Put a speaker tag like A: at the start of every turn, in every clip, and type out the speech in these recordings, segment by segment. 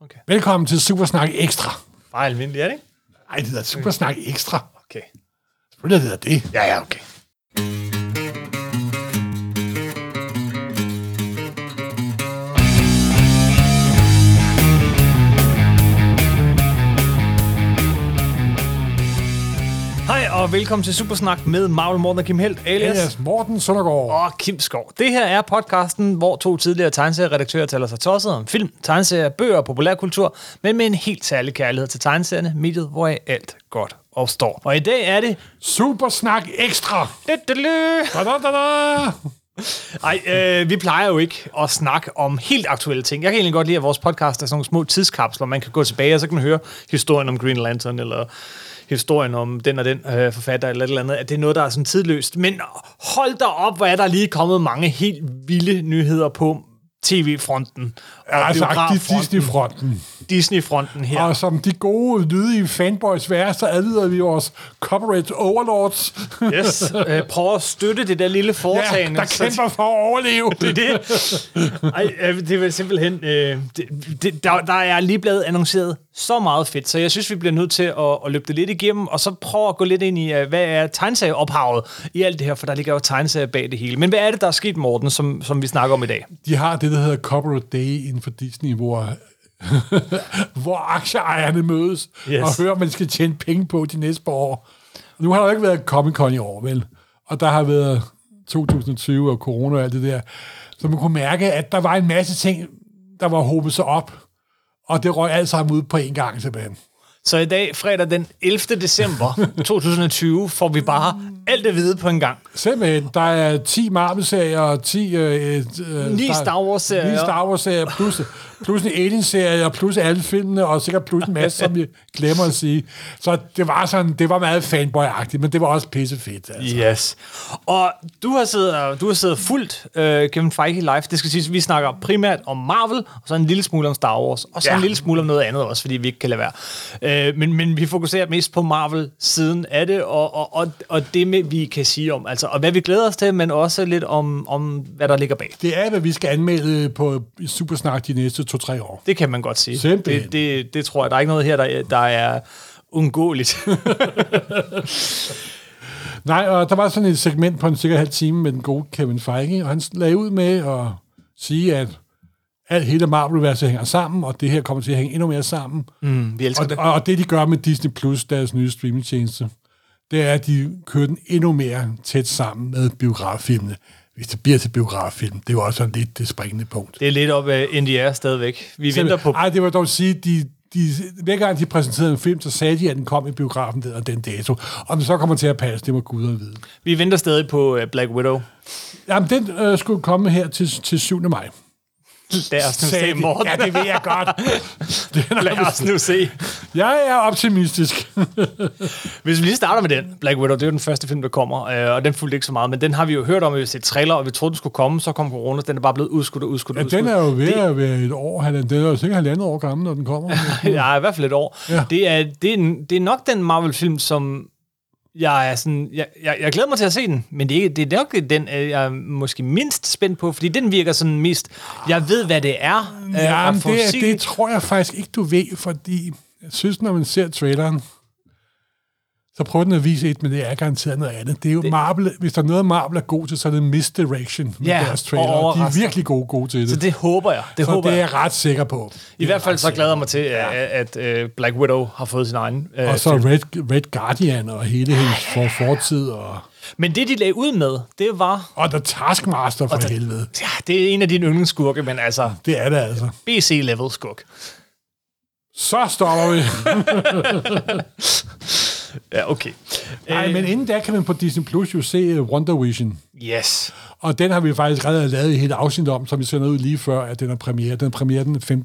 A: Okay.
B: Velkommen til Supersnak Ekstra.
A: Bare almindeligt, er det ikke?
B: Nej, det hedder Supersnak Ekstra.
A: Okay.
B: Selvfølgelig hedder det.
A: Ja, ja, okay. Hej og velkommen til Supersnak med Marvel Morten og Kim Helt, alias
B: Elias Morten Søndergaard.
A: og Kim Skov. Det her er podcasten, hvor to tidligere tegneserieredaktører taler sig tosset om film, tegneserier, bøger og populærkultur, men med en helt særlig kærlighed til tegneserierne, mediet, hvor alt godt opstår. Og i dag er det...
B: Supersnak Ekstra. Da, da, da, da.
A: Ej, øh, vi plejer jo ikke at snakke om helt aktuelle ting. Jeg kan egentlig godt lide, at vores podcast er sådan nogle små tidskapsler. Man kan gå tilbage, og så kan man høre historien om Green Lantern, eller historien om den og den øh, forfatter, eller et eller andet. At det er noget, der er sådan tidløst. Men hold da op, hvor er der lige kommet mange helt vilde nyheder på tv-fronten.
B: Jeg har sagt
A: biograf-
B: Disney-fronten.
A: Disney-fronten her.
B: Og som de gode, lydige fanboys værre, så adlyder vi vores corporate overlords.
A: Yes. Øh, prøv at støtte det der lille
B: ja,
A: foretagende.
B: der
A: så-
B: kæmper for at overleve.
A: det er det. Ej, øh, det er vel simpelthen... Øh, det, det, der, der er lige blevet annonceret så meget fedt, så jeg synes, vi bliver nødt til at, at løbe det lidt igennem, og så prøve at gå lidt ind i, øh, hvad er tegneserieophavet i alt det her, for der ligger jo tegneserier bag det hele. Men hvad er det, der er sket, Morten, som, som vi snakker om i dag?
B: De har det, der hedder Corporate Day inden for Disney, hvor hvor aktieejerne mødes
A: Yes.
B: yes. og hører, hvad de skal tjene penge på de næste par år. Nu har der jo ikke været Comic-Con i år, vel? Og der har været 2020 og corona og alt det der. Så man kunne mærke, at der var en masse ting, der var hobet sig op, og det røg alt sammen ud på en gang simpelthen.
A: Så i dag, fredag den 11. december 2020, får vi bare alt det vide på en gang.
B: Simpelthen, der er 10 Marvel-serier og 10... Øh, øh,
A: Ni Star Wars-serier.
B: Ni Star Wars-serier, plus, plus en Alien-serie, og plus alle filmene, og sikkert plus en masse, som vi glemmer at sige. Så det var sådan, det var meget fanboy-agtigt, men det var også pissefedt. Altså.
A: Yes. Og du har siddet, og- du har siddet fuldt øh, Kevin Feige live. Det skal siges, at vi snakker primært om Marvel, og så en lille smule om Star Wars, og så ja.
B: Ja.
A: en lille smule om noget andet også, fordi vi ikke kan lade være. Øh, men, men vi fokuserer mest på Marvel-siden af det, og, og, og, og det, med, vi kan sige om, altså, og hvad vi glæder os til, men også lidt om, om hvad der ligger bag.
B: Det er, hvad vi skal anmelde på Supersnak de næste 2-3 år.
A: Det kan man godt sige.
B: Simpelthen.
A: Det, det, det tror jeg, der er ikke noget her, der, der er undgåeligt.
B: Nej, og der var sådan et segment på en sikker halv time med den gode Kevin Feige, og han lagde ud med at sige, at alt hele Marvel-universet hænger sammen, og det her kommer til at hænge endnu mere sammen.
A: Mm, vi elsker
B: Og, og, og det, de gør med Disney Plus, deres nye streamingtjeneste, det er, at de kører den endnu mere tæt sammen med biograffilmene. Hvis det bliver til biograffilm, det er jo også sådan lidt det springende punkt.
A: Det er lidt op øh, af NDR stadigvæk. Vi venter på
B: Ej, det var dog sige, de, de, hver gang de præsenterede en film, så sagde de, at den kom i biografen den og den dato. Om den så kommer til at passe, det må guderne vide.
A: Vi venter stadig på øh, Black Widow.
B: Jamen, den øh, skulle komme her til, til 7. maj.
A: Lad os nu se, Morten.
B: Ja, det ved jeg godt. Den er,
A: Lad os nu se.
B: jeg er optimistisk.
A: Hvis vi lige starter med den, Black Widow, det er jo den første film, der kommer, øh, og den fulgte ikke så meget, men den har vi jo hørt om, og vi har set trailer, og vi troede, den skulle komme, så kom corona, den er bare blevet udskudt og udskudt og
B: Ja, den
A: udskudt.
B: er jo ved at være et år. halvanden- Den er jo sikkert halvandet år gammel, når den kommer.
A: Ja, i hvert fald et år. Ja.
B: Ja.
A: Det, er, det, er, en- det er nok den Marvel-film, som jeg er sådan... Jeg, jeg, jeg glæder mig til at se den, men det, er ikke- det er nok den, øh, jeg er måske mindst spændt på, fordi den virker sådan mest... Jeg ved, hvad det er. øh,
B: Ja,
A: at
B: men
A: få
B: det, er-
A: set.
B: det tror jeg faktisk ikke, du ved, fordi jeg synes, når man ser traileren, så prøver den at vise et, men det er garanteret noget andet. Det er jo det. Marvel, hvis der er noget, Marvel er god til, så er det misdirection med
A: Ja,
B: ja, deres trailer.
A: og
B: Og de er
A: overrasker.
B: virkelig gode, gode til det.
A: Så
B: Så det,
A: det håber jeg. Det
B: så
A: håber
B: det er
A: jeg.
B: jeg ret sikker på.
A: I hvert fald så glæder jeg mig til, at, at øh, Black Widow har fået sin egen. øh,
B: Og så Red, Red Guardian og hele hendes for fortid. Og,
A: Men det, de lagde ud med, det var...
B: og The Taskmaster for helvede.
A: Ja, det er en af dine yndlingsskurke, men altså
B: Det er det altså.
A: BC-level-skurk.
B: Så stopper vi.
A: Ja, okay. Øh,
B: Nej, men inden da kan man på Disney Plus jo se øh, Wonder Vision.
A: Yes.
B: Og den har vi faktisk allerede lavet et helt afsnit om, som vi sender ud lige før, at den er premiere. Den er premiere den 5.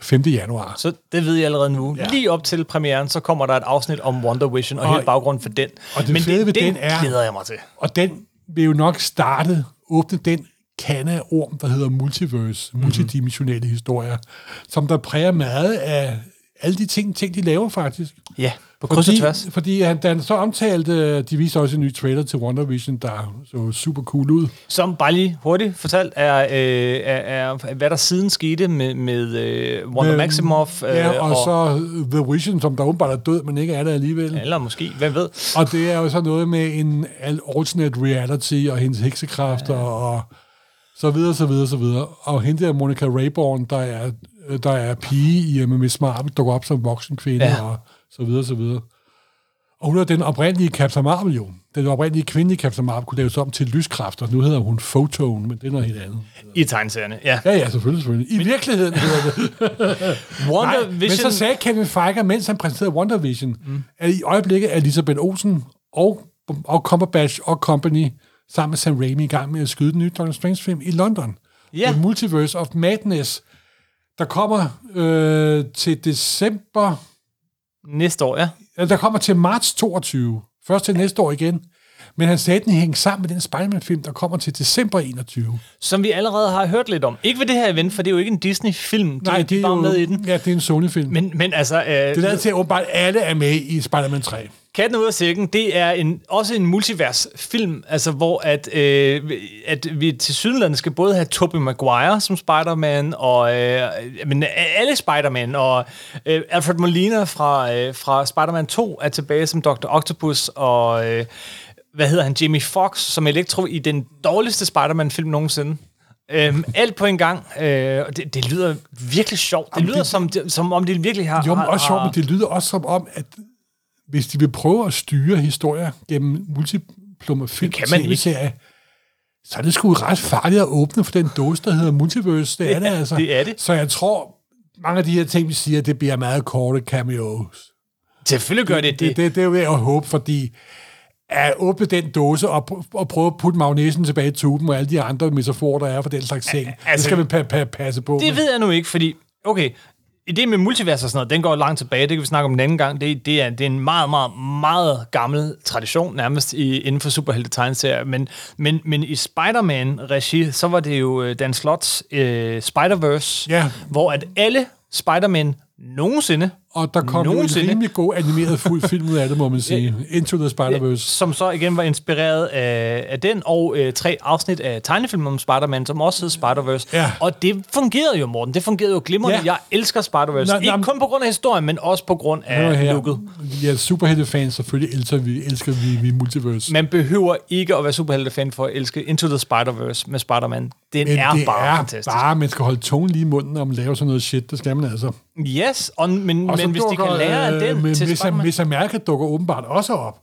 B: 5. januar.
A: Så det ved jeg allerede nu. Ja. Lige op til premieren, så kommer der et afsnit om Wonder Vision, og, og
B: Og-
A: hele baggrunden for den.
B: og det
A: men
B: fede ved
A: den,
B: den er-
A: glæder jeg mig til.
B: Og den vil jo nok starte, åbne den kan af orm, der hedder multiverse,
A: Mhm.
B: mm-hmm. multidimensionelle historier, som der præger meget af alle de ting, ting de laver faktisk.
A: Ja, på På kryds og
B: fordi,
A: tværs.
B: Fordi han, da han så omtalte, øh, de viste også en ny trailer til Wonder Vision, der så super cool ud.
A: Som bare lige hurtigt fortalt, er, øh, er, er hvad der siden skete med, med øh, Wanda
B: Øhm,
A: Maximoff. Øh,
B: Ja, og, og så The Vision, som der åbenbart er død, men ikke er der alligevel.
A: Eller måske, hvem ved.
B: Og det er jo så noget med en al- alternate reality og hendes heksekræfter ja. og så videre, så videre, så videre. Og hende der Monica Rayborn, der er, øh, der er pige i øh, Miss Marvel, dukker op som voksen kvinde
A: Ja.
B: ja. og så videre, så videre. Og hun er den oprindelige Captain Marvel jo. Den oprindelige kvindelige Captain Marvel kunne laves om til lyskræfter. Nu hedder hun Photon, men det er noget helt andet.
A: I tegneserierne, ja.
B: Ja, ja, selvfølgelig, selvfølgelig. I virkeligheden hedder det.
A: Wanda
B: Nej,
A: Nej,
B: men
A: Vision,
B: så sagde Kevin Feige, mens han præsenterede WandaVision, mm. at i øjeblikket er Elisabeth Olsen og, og Cumberbatch og Company sammen med Sam Raimi i gang med at skyde den nye Doctor Strange-film i London.
A: Ja.
B: The Multiverse of Madness, der kommer øh, til december...
A: næste år, ja.
B: eller Der kommer til marts 22. Først til næste år igen. Men han sagde, at den hænger sammen med den Spider-Man-film, der kommer til december 21.
A: Som vi allerede har hørt lidt om. Ikke ved det her event, for det er jo ikke en Disney-film.
B: Nej, det er
A: bare
B: jo,
A: med i den.
B: Ja, det er en Sony-film. Men,
A: Men, men altså, øh,
B: det lader til, at åbenbart alle er med i Spider-Man 3.
A: Katten ud af sækken, det er en, også en multiversfilm, altså hvor at, øh, at vi til sydlandet skal både have Tobey Maguire som Spider-Man, og øh, men alle Spider-Man, og øh, Alfred Molina fra, øh, fra Spider-Man 2 er tilbage som Dr. Octopus, og øh, hvad hedder han, Jamie Fox som Electro i den dårligste Spider-Man-film nogensinde. Øhm, alt på en gang. Øh, og det, det lyder virkelig sjovt. Det lyder som, som om det virkelig har...
B: Jo, men
A: har-
B: også sjovt,
A: har-
B: men det lyder også som om, at hvis de vil prøve at styre historier gennem multiplummer film
A: kan man ikke.
B: serier, så er det sgu ret farligt at åbne for den dåse, der hedder Multiverse. Det er det altså.
A: det er det.
B: Så jeg tror, mange af de her ting, vi siger, det bliver meget korte cameos.
A: Selvfølgelig gør det det.
B: Det, det, det er jo ved at håbe, fordi at åbne den dåse og, pr- og prøve at putte magnesen tilbage i tuben og alle de andre metaforer, der er for den slags ting. det
A: altså-
B: skal vi pa- pa- passe på. med.
A: Det ved jeg nu ikke, fordi, okay, ideen med multivers og sådan noget, den går langt tilbage, det kan vi snakke om en anden gang. Det, det, er, det er en meget, meget, meget gammel tradition, nærmest i, inden for superhelte men, men, men i Spider-Man-regi, så var det jo øh, Dan Slots øh, Spider-Verse,
B: Ja.
A: hvor at alle Spider-Man nogensinde,
B: Og der kom Nogensinde.
A: Nogensinde.
B: en rimelig god animeret fuld film ud af det, må man sige. Into the Spider-Verse.
A: som så igen var inspireret af, af den, og øh, tre afsnit af tegnefilmen om Spider-Man, som også hed Spider-Verse.
B: Ja.
A: Og det fungerede jo, Morten. Det fungerede jo glimrende.
B: Ja.
A: Jeg elsker Spider-Verse.
B: Nå,
A: Ikke
B: nå, men-
A: kun på grund af historien, men også på grund
B: Hør
A: af
B: her.
A: lukket.
B: Ja, superheltefans selvfølgelig elsker vi, elsker vi, vi multiverse.
A: Man behøver ikke at være superheltefan for at elske Into the Spider-Verse med Spider-Man. Den
B: Men
A: er
B: det
A: bare
B: er
A: fantastisk.
B: bare, man skal holde tungen lige i munden, når man laver sådan noget shit. Det skal man altså.
A: Yes, og, men,
B: Og så øh,
A: men hvis de kan lære af den
B: men,
A: til
B: Miss,
A: Spider-Man...
B: Miss America dukker åbenbart også op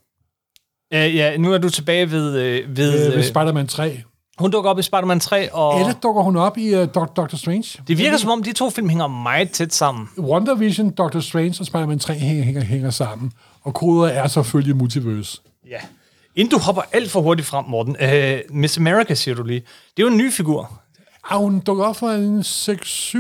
A: Øh, ja, nu er du tilbage ved... Øh, ved
B: øh, ved
A: øh,
B: Spider-Man 3.
A: hun dukker op i Spider-Man 3, og...
B: Eller dukker hun op i uh, Doctor Strange.
A: Det virker som om, de to film hænger meget tæt sammen.
B: Wonder Vision, Doctor Strange og Spider-Man 3 hænger, hænger, hænger sammen. Og koder er selvfølgelig multiverse.
A: Ja. Inden du hopper alt for hurtigt frem, Morten. Øh, Miss America, siger du lige. Det er jo en ny figur.
B: Ah, hun dukkede op for en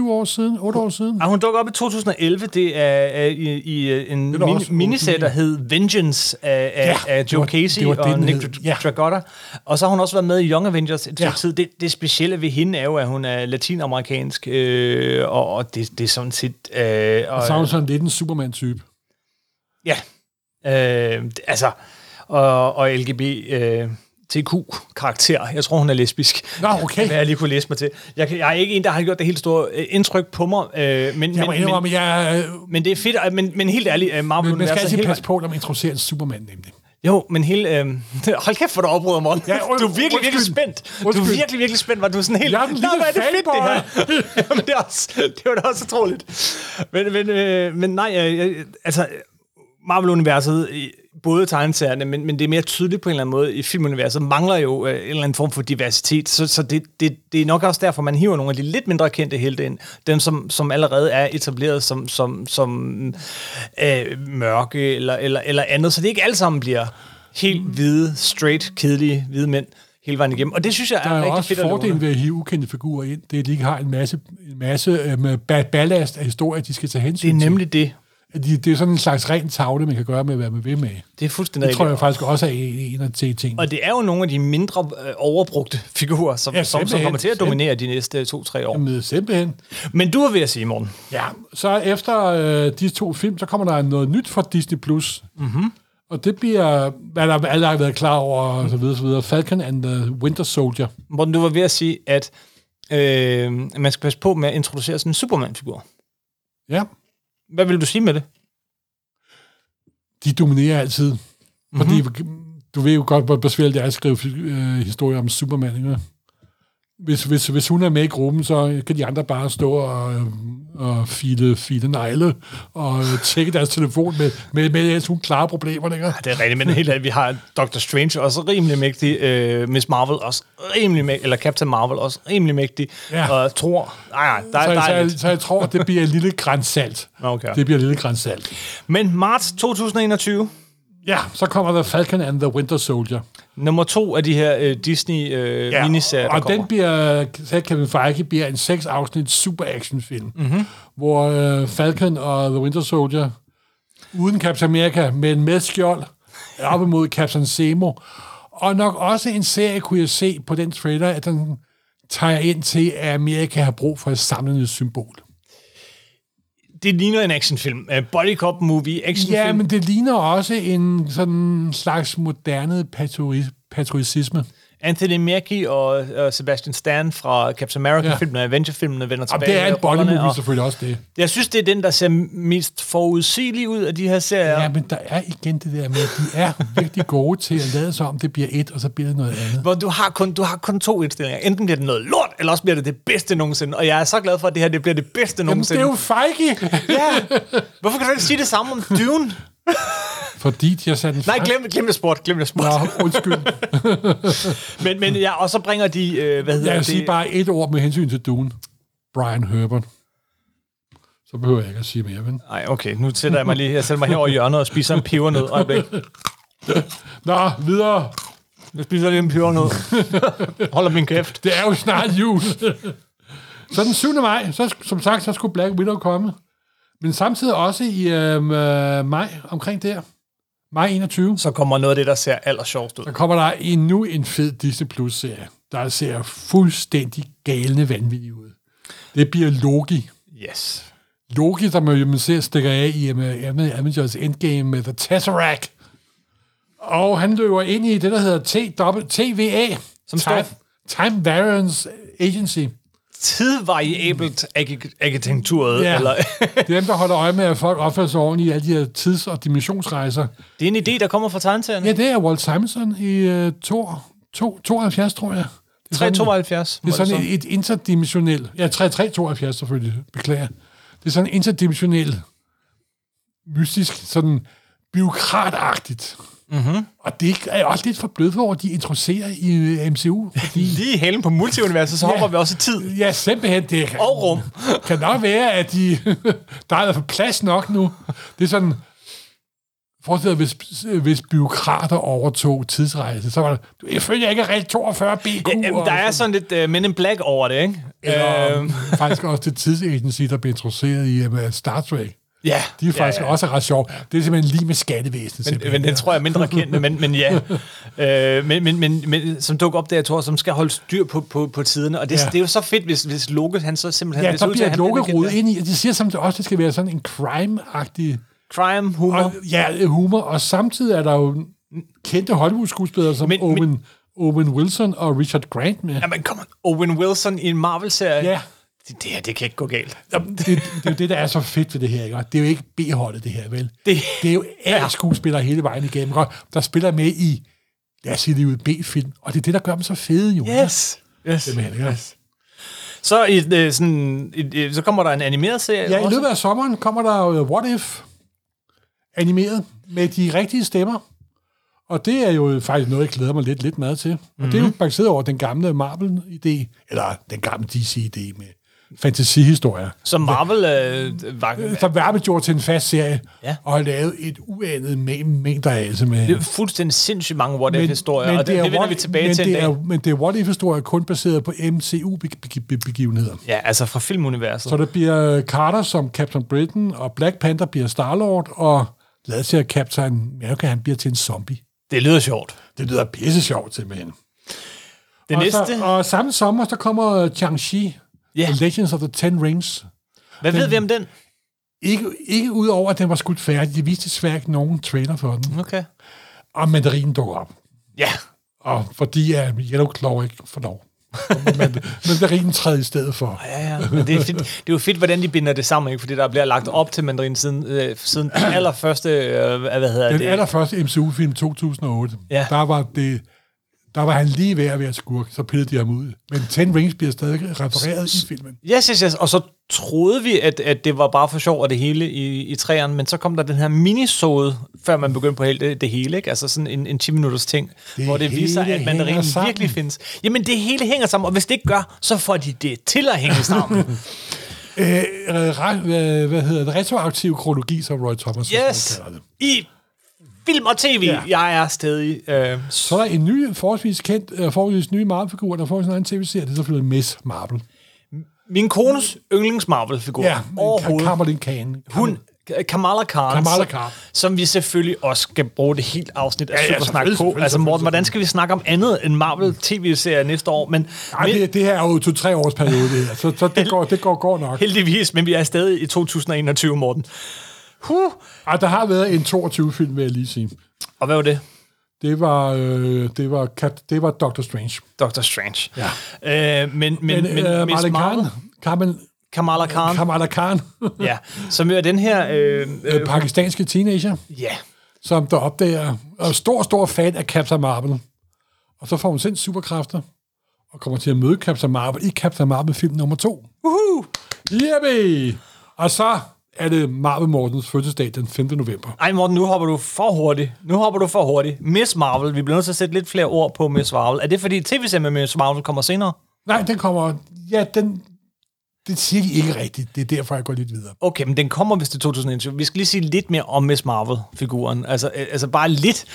B: 6-7 år siden, 8 år siden.
A: Ah, hun dukker op i 2011. Det er, er i, i øh, en
B: var
A: min,
B: også
A: miniserie, der hed Vengeance af, af,
B: Ja,
A: af
B: det
A: Joe
B: var-
A: Casey
B: det var
A: og
B: det, den
A: Nick
B: hed.
A: Dra-
B: Ja.
A: Dragotta. Og så har hun også været med i Young Avengers et ja.
B: Ja.
A: tid. Det, det specielle ved hende er jo, at hun er latinamerikansk, øh, og, og det, det er sådan set... Øh, og,
B: Og så er hun sådan lidt en Superman-type.
A: Ja. Øh, det- altså, og, og LGB... Øh, TQ-karakter. Jeg tror, hun er lesbisk.
B: Nå, okay.
A: Hvad jeg lige kunne læse mig til. Jeg, kan, jeg er ikke en, der har gjort det helt store øh, indtryk på mig, øh, men,
B: Jeg må
A: men, men,
B: indrømme, jeg... øh,
A: men det er fedt, øh, men, men helt ærligt, øh, Marvel
B: Man skal
A: Universet...
B: altid
A: Helt,
B: passe på, når man introducerer en Superman, nemlig.
A: jo, men hele... Øh, hold kæft, hvor du afbryder, Morten. Ja,
B: Ja, und-
A: du er virkelig, virkelig
B: undskyld.
A: spændt. Du er
B: Undskyld.
A: virkelig, virkelig spændt. Var du sådan helt...
B: Jeg er den
A: "Nå,
B: lille
A: hvor er det fedt, det her.
B: fanboy."
A: Jamen, det, er også, det var da også utroligt. Men, men, øh, men nej, øh, jeg- altså Marvel-universet, i både tegneserierne, men, men det er mere tydeligt på en eller anden måde, i filmuniverset mangler jo øh, en eller anden form for diversitet, så, så det, det, det er nok også derfor, man hiver nogle af de lidt mindre kendte helte ind, dem som, som allerede er etableret som, som, som øh, mørke eller, eller, eller andet, så det ikke alle sammen bliver
B: Mm.
A: helt hvide, straight, kedelige hvide mænd hele vejen igennem, og det synes jeg
B: Der
A: er,
B: er jo
A: rigtig
B: også
A: fedt at låne.
B: fordelen ved at hive ukendte figurer ind. Det er, at de ikke har en masse, en masse øh, med ba- ballast af historier, de skal tage hensyn
A: Det er nemlig det.
B: til. at de, det er sådan en slags ren tavle, man kan gøre med, hvad man vil med.
A: Det er fuldstændig
B: Det tror jeg
A: rigtigt.
B: faktisk også er en en af de ting.
A: Og det er jo nogle af de mindre øh, overbrugte figurer, som,
B: Ja,
A: ja, som, som
B: simpelthen.
A: kommer til at dominere de næste to-tre år.
B: Med simpelthen.
A: Men du er ved at sige, Morten.
B: Ja, så efter øh, de to film, så kommer der noget nyt fra Disney+. Plus. Mm-hmm.
A: Mhm.
B: Og det bliver, hvad der alle har været klar over, og så videre, så videre. Falcon and the Winter Soldier.
A: Morten, du var ved at sige, at øh, man skal passe på med at introducere sådan en Superman-figur.
B: Ja,
A: Hvad vil du sige med det?
B: de dominerer altid. Mm-hmm. Fordi du ved jo godt, hvor besværligt det er at skrive øh, historier om Superman, ikke? Hvis, hvis, hvis hun er med i gruppen, så kan de andre bare stå og, øh, og file, file negle og øh, tjekke deres telefon med, med, med, at hun klarer problemerne. Ikke?
A: Det er rigtigt, men helt ærligt, vi har Doctor Strange også rimelig mægtig, øh, Miss Marvel også rimelig mægtig, eller Captain Marvel også rimelig mægtig,
B: Ja.
A: ja. og tror, nej, nej, der,
B: Så,
A: er- der
B: så,
A: er
B: jeg,
A: lidt.
B: så jeg tror, det bliver et lille grænsalt.
A: Okay.
B: Det bliver et lille grænsalt.
A: Men marts 2021,
B: Ja, så kommer der Falcon and the Winter Soldier.
A: nummer to af de her øh, Disney-miniserier, øh, miniserier, der
B: og
A: kommer.
B: den bliver, sagde Kevin Feige, bliver en seks afsnit super actionfilm,
A: Mhm.
B: mm-hmm. hvor øh, Falcon og The Winter Soldier, uden Captain America, men med skjold, er op imod Captain Semo. Og nok også en serie, kunne jeg se på den trailer, at den tager ind til, at Amerika har brug for et samlende symbol.
A: Det ligner en actionfilm. Uh, body cop movie, actionfilm.
B: Ja, men det ligner også en sådan slags moderne patroi- patriotisme.
A: Anthony Mackie og, og Sebastian Stan fra Captain America-filmen og Avenger-filmen vender
B: Og
A: tilbage.
B: det er en
A: med
B: body
A: rollerne,
B: movie
A: og
B: selvfølgelig også det.
A: Jeg synes, det er den, der ser mest forudsigelig ud af de her serier.
B: Ja, men der er igen det der med, at de er virkelig gode til at lade sig om, det bliver et, og så bliver det noget andet.
A: hvor du har, kun, du har kun to indstillinger. Enten bliver det noget lort, eller også bliver det det bedste nogensinde. Og jeg er så glad for, at det her det bliver det bedste
B: Jamen, det
A: nogensinde.
B: er jo Feige!
A: Ja. Hvorfor kan du ikke sige det samme om Dune?
B: Fordi de har sat en
A: Nej,
B: fejl-
A: glem, glem det sport, glem det sport. Ja.
B: Nå, undskyld.
A: Men, men ja, og så bringer de, øh, hvad hedder
B: Jeg vil
A: det?
B: sige bare et ord med hensyn til Dune. Brian Herbert. Så behøver jeg ikke at sige mere, vel?
A: Ej, okay, nu sætter jeg mig lige, jeg sætter mig herover i hjørnet og spiser en pebernød. Øjeblik.
B: Nå, videre.
A: Jeg spiser lige en pebernød. Holder min kæft.
B: Det er jo snart jul. så den 7. maj, så, som sagt, så skulle Black Widow komme. Men samtidig også i øhm, øh, maj, omkring der, maj 21,
A: Så kommer noget af det, der ser allersjovest ud.
B: der kommer der endnu en fed Disney Plus-serie, der ser fuldstændig galne vanvittig ud. Det bliver Loki.
A: Yes.
B: Loki, der man, man ser stikker af i øh, med Avengers Endgame med The Tesseract. Og han løber ind i det, der hedder TW TVA.
A: Som står-
B: Time, Time Variance Agency.
A: Tidvariabelt arki- arkitekturet.
B: Ja.
A: Ja. Eller,
B: Det er dem, der holder øje med, at folk opfører sig ordentligt i alle de her tids- og dimensionsrejser.
A: det er en idé, der kommer fra tegnsagerne.
B: Ja, det er Walt Simonson i øh, Thor, to, 72, tror jeg. Det er sådan-
A: 372.
B: Det er sådan
A: så.
B: et, et interdimensionelt... Ja, 3372 selvfølgelig, beklager. Det er sådan interdimensionelt, mystisk, sådan byråkratagtigt. Mm-hmm. Og det er jeg også lidt for blød for, over, at de introducerer i øh, MCU. Fordi,
A: Lige i hælen på multiuniverset, så hopper vi også i tid.
B: ja, simpelthen, det kan,
A: Og rum.
B: kan nok være, at de, der er i hvert fald plads nok nu. Det er sådan... Forestil dig, hvis, hvis byråkrater overtog tidsrejse, så var der... Du, jeg følger ikke regel 42 BQ.
A: Jamen,
B: og
A: der er sådan lidt uh, Men in Black over det, ikke?
B: altså- Eller
A: Øhm,
B: faktisk også det tidsagency, der blev introduceret i øh, Star Trek.
A: ja.
B: De er faktisk
A: ja,
B: ja,
A: ja.
B: ja. også ret sjove. Det er simpelthen lige med skattevæsenet.
A: Men, men den tror jeg er mindre kendt, men, men ja. Øh, men, men, men, men, som dukker op der, jeg tror, som skal holde styr på, på, på tiderne. Og det,
B: Ja.
A: ja. det er jo så fedt, hvis, hvis Loke, han så simpelthen...
B: ja,
A: det
B: så
A: ser ud til, at
B: bliver
A: han
B: Loke
A: lidt
B: rodet
A: kendt.
B: ind i, og de siger samtidig også, at det skal være sådan en crime-agtig
A: Crime, humor.
B: og, ja, humor. Og samtidig er der jo kendte Hollywood-skuespillere som men,
A: Men- men-
B: Owen, men, Owen Wilson og Richard Grant med.
A: Jamen, come on. Owen Wilson i en Marvel-serie.
B: Ja.
A: Det, det her, det kan ikke gå galt.
B: Jamen, det, det er jo det, der er så fedt ved det her. Ikke? Og Det er jo ikke B-holdet, det her, vel?
A: Det-
B: det er jo alle skuespillere hele vejen igennem, ikke? der spiller med i, lad os sige det ud, B-film. Og det er det, der gør dem så fede, jo.
A: Yes. yes.
B: Simpelthen, ikke?
A: Så, i, øh, sådan, i, øh, så kommer der en animeret serie.
B: Ja, i
A: også.
B: løbet af sommeren kommer der jo What If animeret med de rigtige stemmer. Og det er jo faktisk noget, jeg glæder mig lidt, lidt
A: Mhm.
B: meget til. Og mm-hmm. det er jo baseret over den gamle Marvel-idé, eller den gamle DC-idé med fantasihistorier.
A: Så Marvel øh, var
B: Så Verbe gjorde til en fast serie,
A: Ja.
B: og har lavet et uanet mæ- mængder af altså med...
A: det er fuldstændig sindssygt mange what if-historier, og det, det, det vender vi tilbage
B: men
A: til en
B: det
A: dag.
B: er, Men det er what-if-historier kun baseret på MCU-begivenheder.
A: Ja, altså fra filmuniverset.
B: Så der bliver Carter som Captain Britain, og Black Panther bliver Star-Lord, og lad til at Captain America, han bliver til en zombie.
A: Det lyder sjovt.
B: Det lyder pisse sjovt simpelthen.
A: Det
B: og,
A: næste,
B: Så, og samme sommer, så kommer øh, Shang-Chi,
A: Ja.
B: The Legends of the Ten Rings.
A: hvad ved vi om den?
B: Ikke, ikke udover, at den var skudt færdig. De viste desværre ikke nogen trailer for den.
A: Okay.
B: Og mandarinen dukker op.
A: Ja,
B: Og fordi er Yellow Claw ikke for lov. Men mandarinen træder i stedet for.
A: ja, ja. Men det, er fedt. det er jo fedt, hvordan de binder det sammen, ikke? fordi der bliver lagt op til mandarin siden, øh, siden den allerførste, øh, hvad hedder
B: Den
A: det?
B: allerførste MCU-film 2008,
A: Ja.
B: der var det der var han lige ved at være skurk, så pillede de ham ud. Men Ten Rings bliver stadig refereret i filmen.
A: Yes, yes, yes. Og så troede vi, at, at det var bare for sjov og det hele i, i træerne, men så kom der den her minisode, før man begyndte på helt det, det hele, ikke? Altså sådan en, en 10-minutters ting, det
B: Det
A: hvor det
B: hele
A: viser, at
B: hænger
A: mandarinen
B: sammen.
A: virkelig findes. Jamen, det hele hænger sammen, og hvis det ikke gør, så får de det til at hænge sammen.
B: Øh, re, hvad, hvad hedder det? Retroaktiv kronologi, som Roy Thomas
A: yes!
B: kalder det.
A: I film og tv, ja.
B: Ja.
A: jeg er stadig... Øh, s-
B: Så er der en ny, forholdsvis kendt, øh, forholdsvis nye Marvel-figur, der får sin egen tv-serie, det er selvfølgelig Miss Marvel.
A: min kones yndlings Marvel-figur
B: Ja,
A: overhovedet.
B: Kammerlin Kane.
A: hun, Kamala Khan,
B: Kamala
A: som-
B: Khan.
A: som vi selvfølgelig også skal bruge det helt afsnit af
B: ja,
A: ja, Supersnak
B: selvfølgelig,
A: på.
B: selvfølgelig,
A: Altså Morten,
B: selvfølgelig.
A: hvordan skal vi snakke om andet end Marvel tv-serier næste år? Men,
B: Ej,
A: men
B: det, det her er jo to-tre års periode, det her. Så, så det, går, det går, går nok.
A: heldigvis, men vi er stadig i 2021, Morten. Huh.
B: Ej, der har været en 22-film, vil jeg lige sige.
A: Og hvad var det?
B: Det var, øh, det var, Kat- det var Doctor Strange.
A: Doctor Strange.
B: Ja.
A: Øh, men men, men, men
B: øh,
A: Miss
B: Marlon Khan,
A: Marvel,
B: Carmen,
A: Kamala Khan,
B: Kamala Khan,
A: ja, som jo er den her... Øh, øh,
B: øh, pakistanske teenager,
A: ja,
B: som der opdager, og er stor, stor fan af Captain Marvel. Og så får hun sendt superkræfter, og kommer til at møde Captain Marvel i Captain Marvel film nummer to.
A: uhu.
B: Yippee! Og så er det Marvel Mortens fødselsdag den 5. november.
A: Ej Morten, nu hopper du for hurtigt. Nu hopper du for hurtigt. Miss Marvel, vi bliver nødt til at sætte lidt flere ord på Miss Marvel. Er det fordi tv-serien med Miss Marvel kommer senere?
B: Nej, den kommer... Ja, den... Det siger de ikke rigtigt. Det er derfor, jeg går lidt videre.
A: Okay, men den kommer vist i 2021. Vi skal lige sige lidt mere om Miss Marvel-figuren. Altså, øh, altså bare lidt.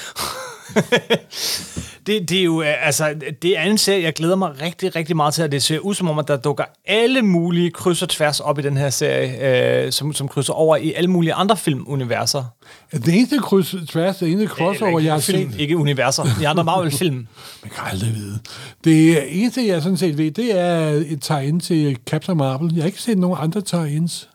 A: det, det, er jo, øh, altså, det er en serie, jeg glæder mig rigtig, rigtig meget til, og det ser ud som om, at der dukker alle mulige kryds og tværs op i den her serie, øh, som, som krydser over i alle mulige andre filmuniverser.
B: Altså, Det eneste kryds tværs, det eneste crossover,
A: Eller ikke
B: jeg har
A: film,
B: set...
A: Ikke universer, i andre Marvel-film.
B: Man kan aldrig vide. Det eneste, jeg sådan set ved, det er et tegn til Captain Marvel. Jeg har ikke set nogen andre tegns.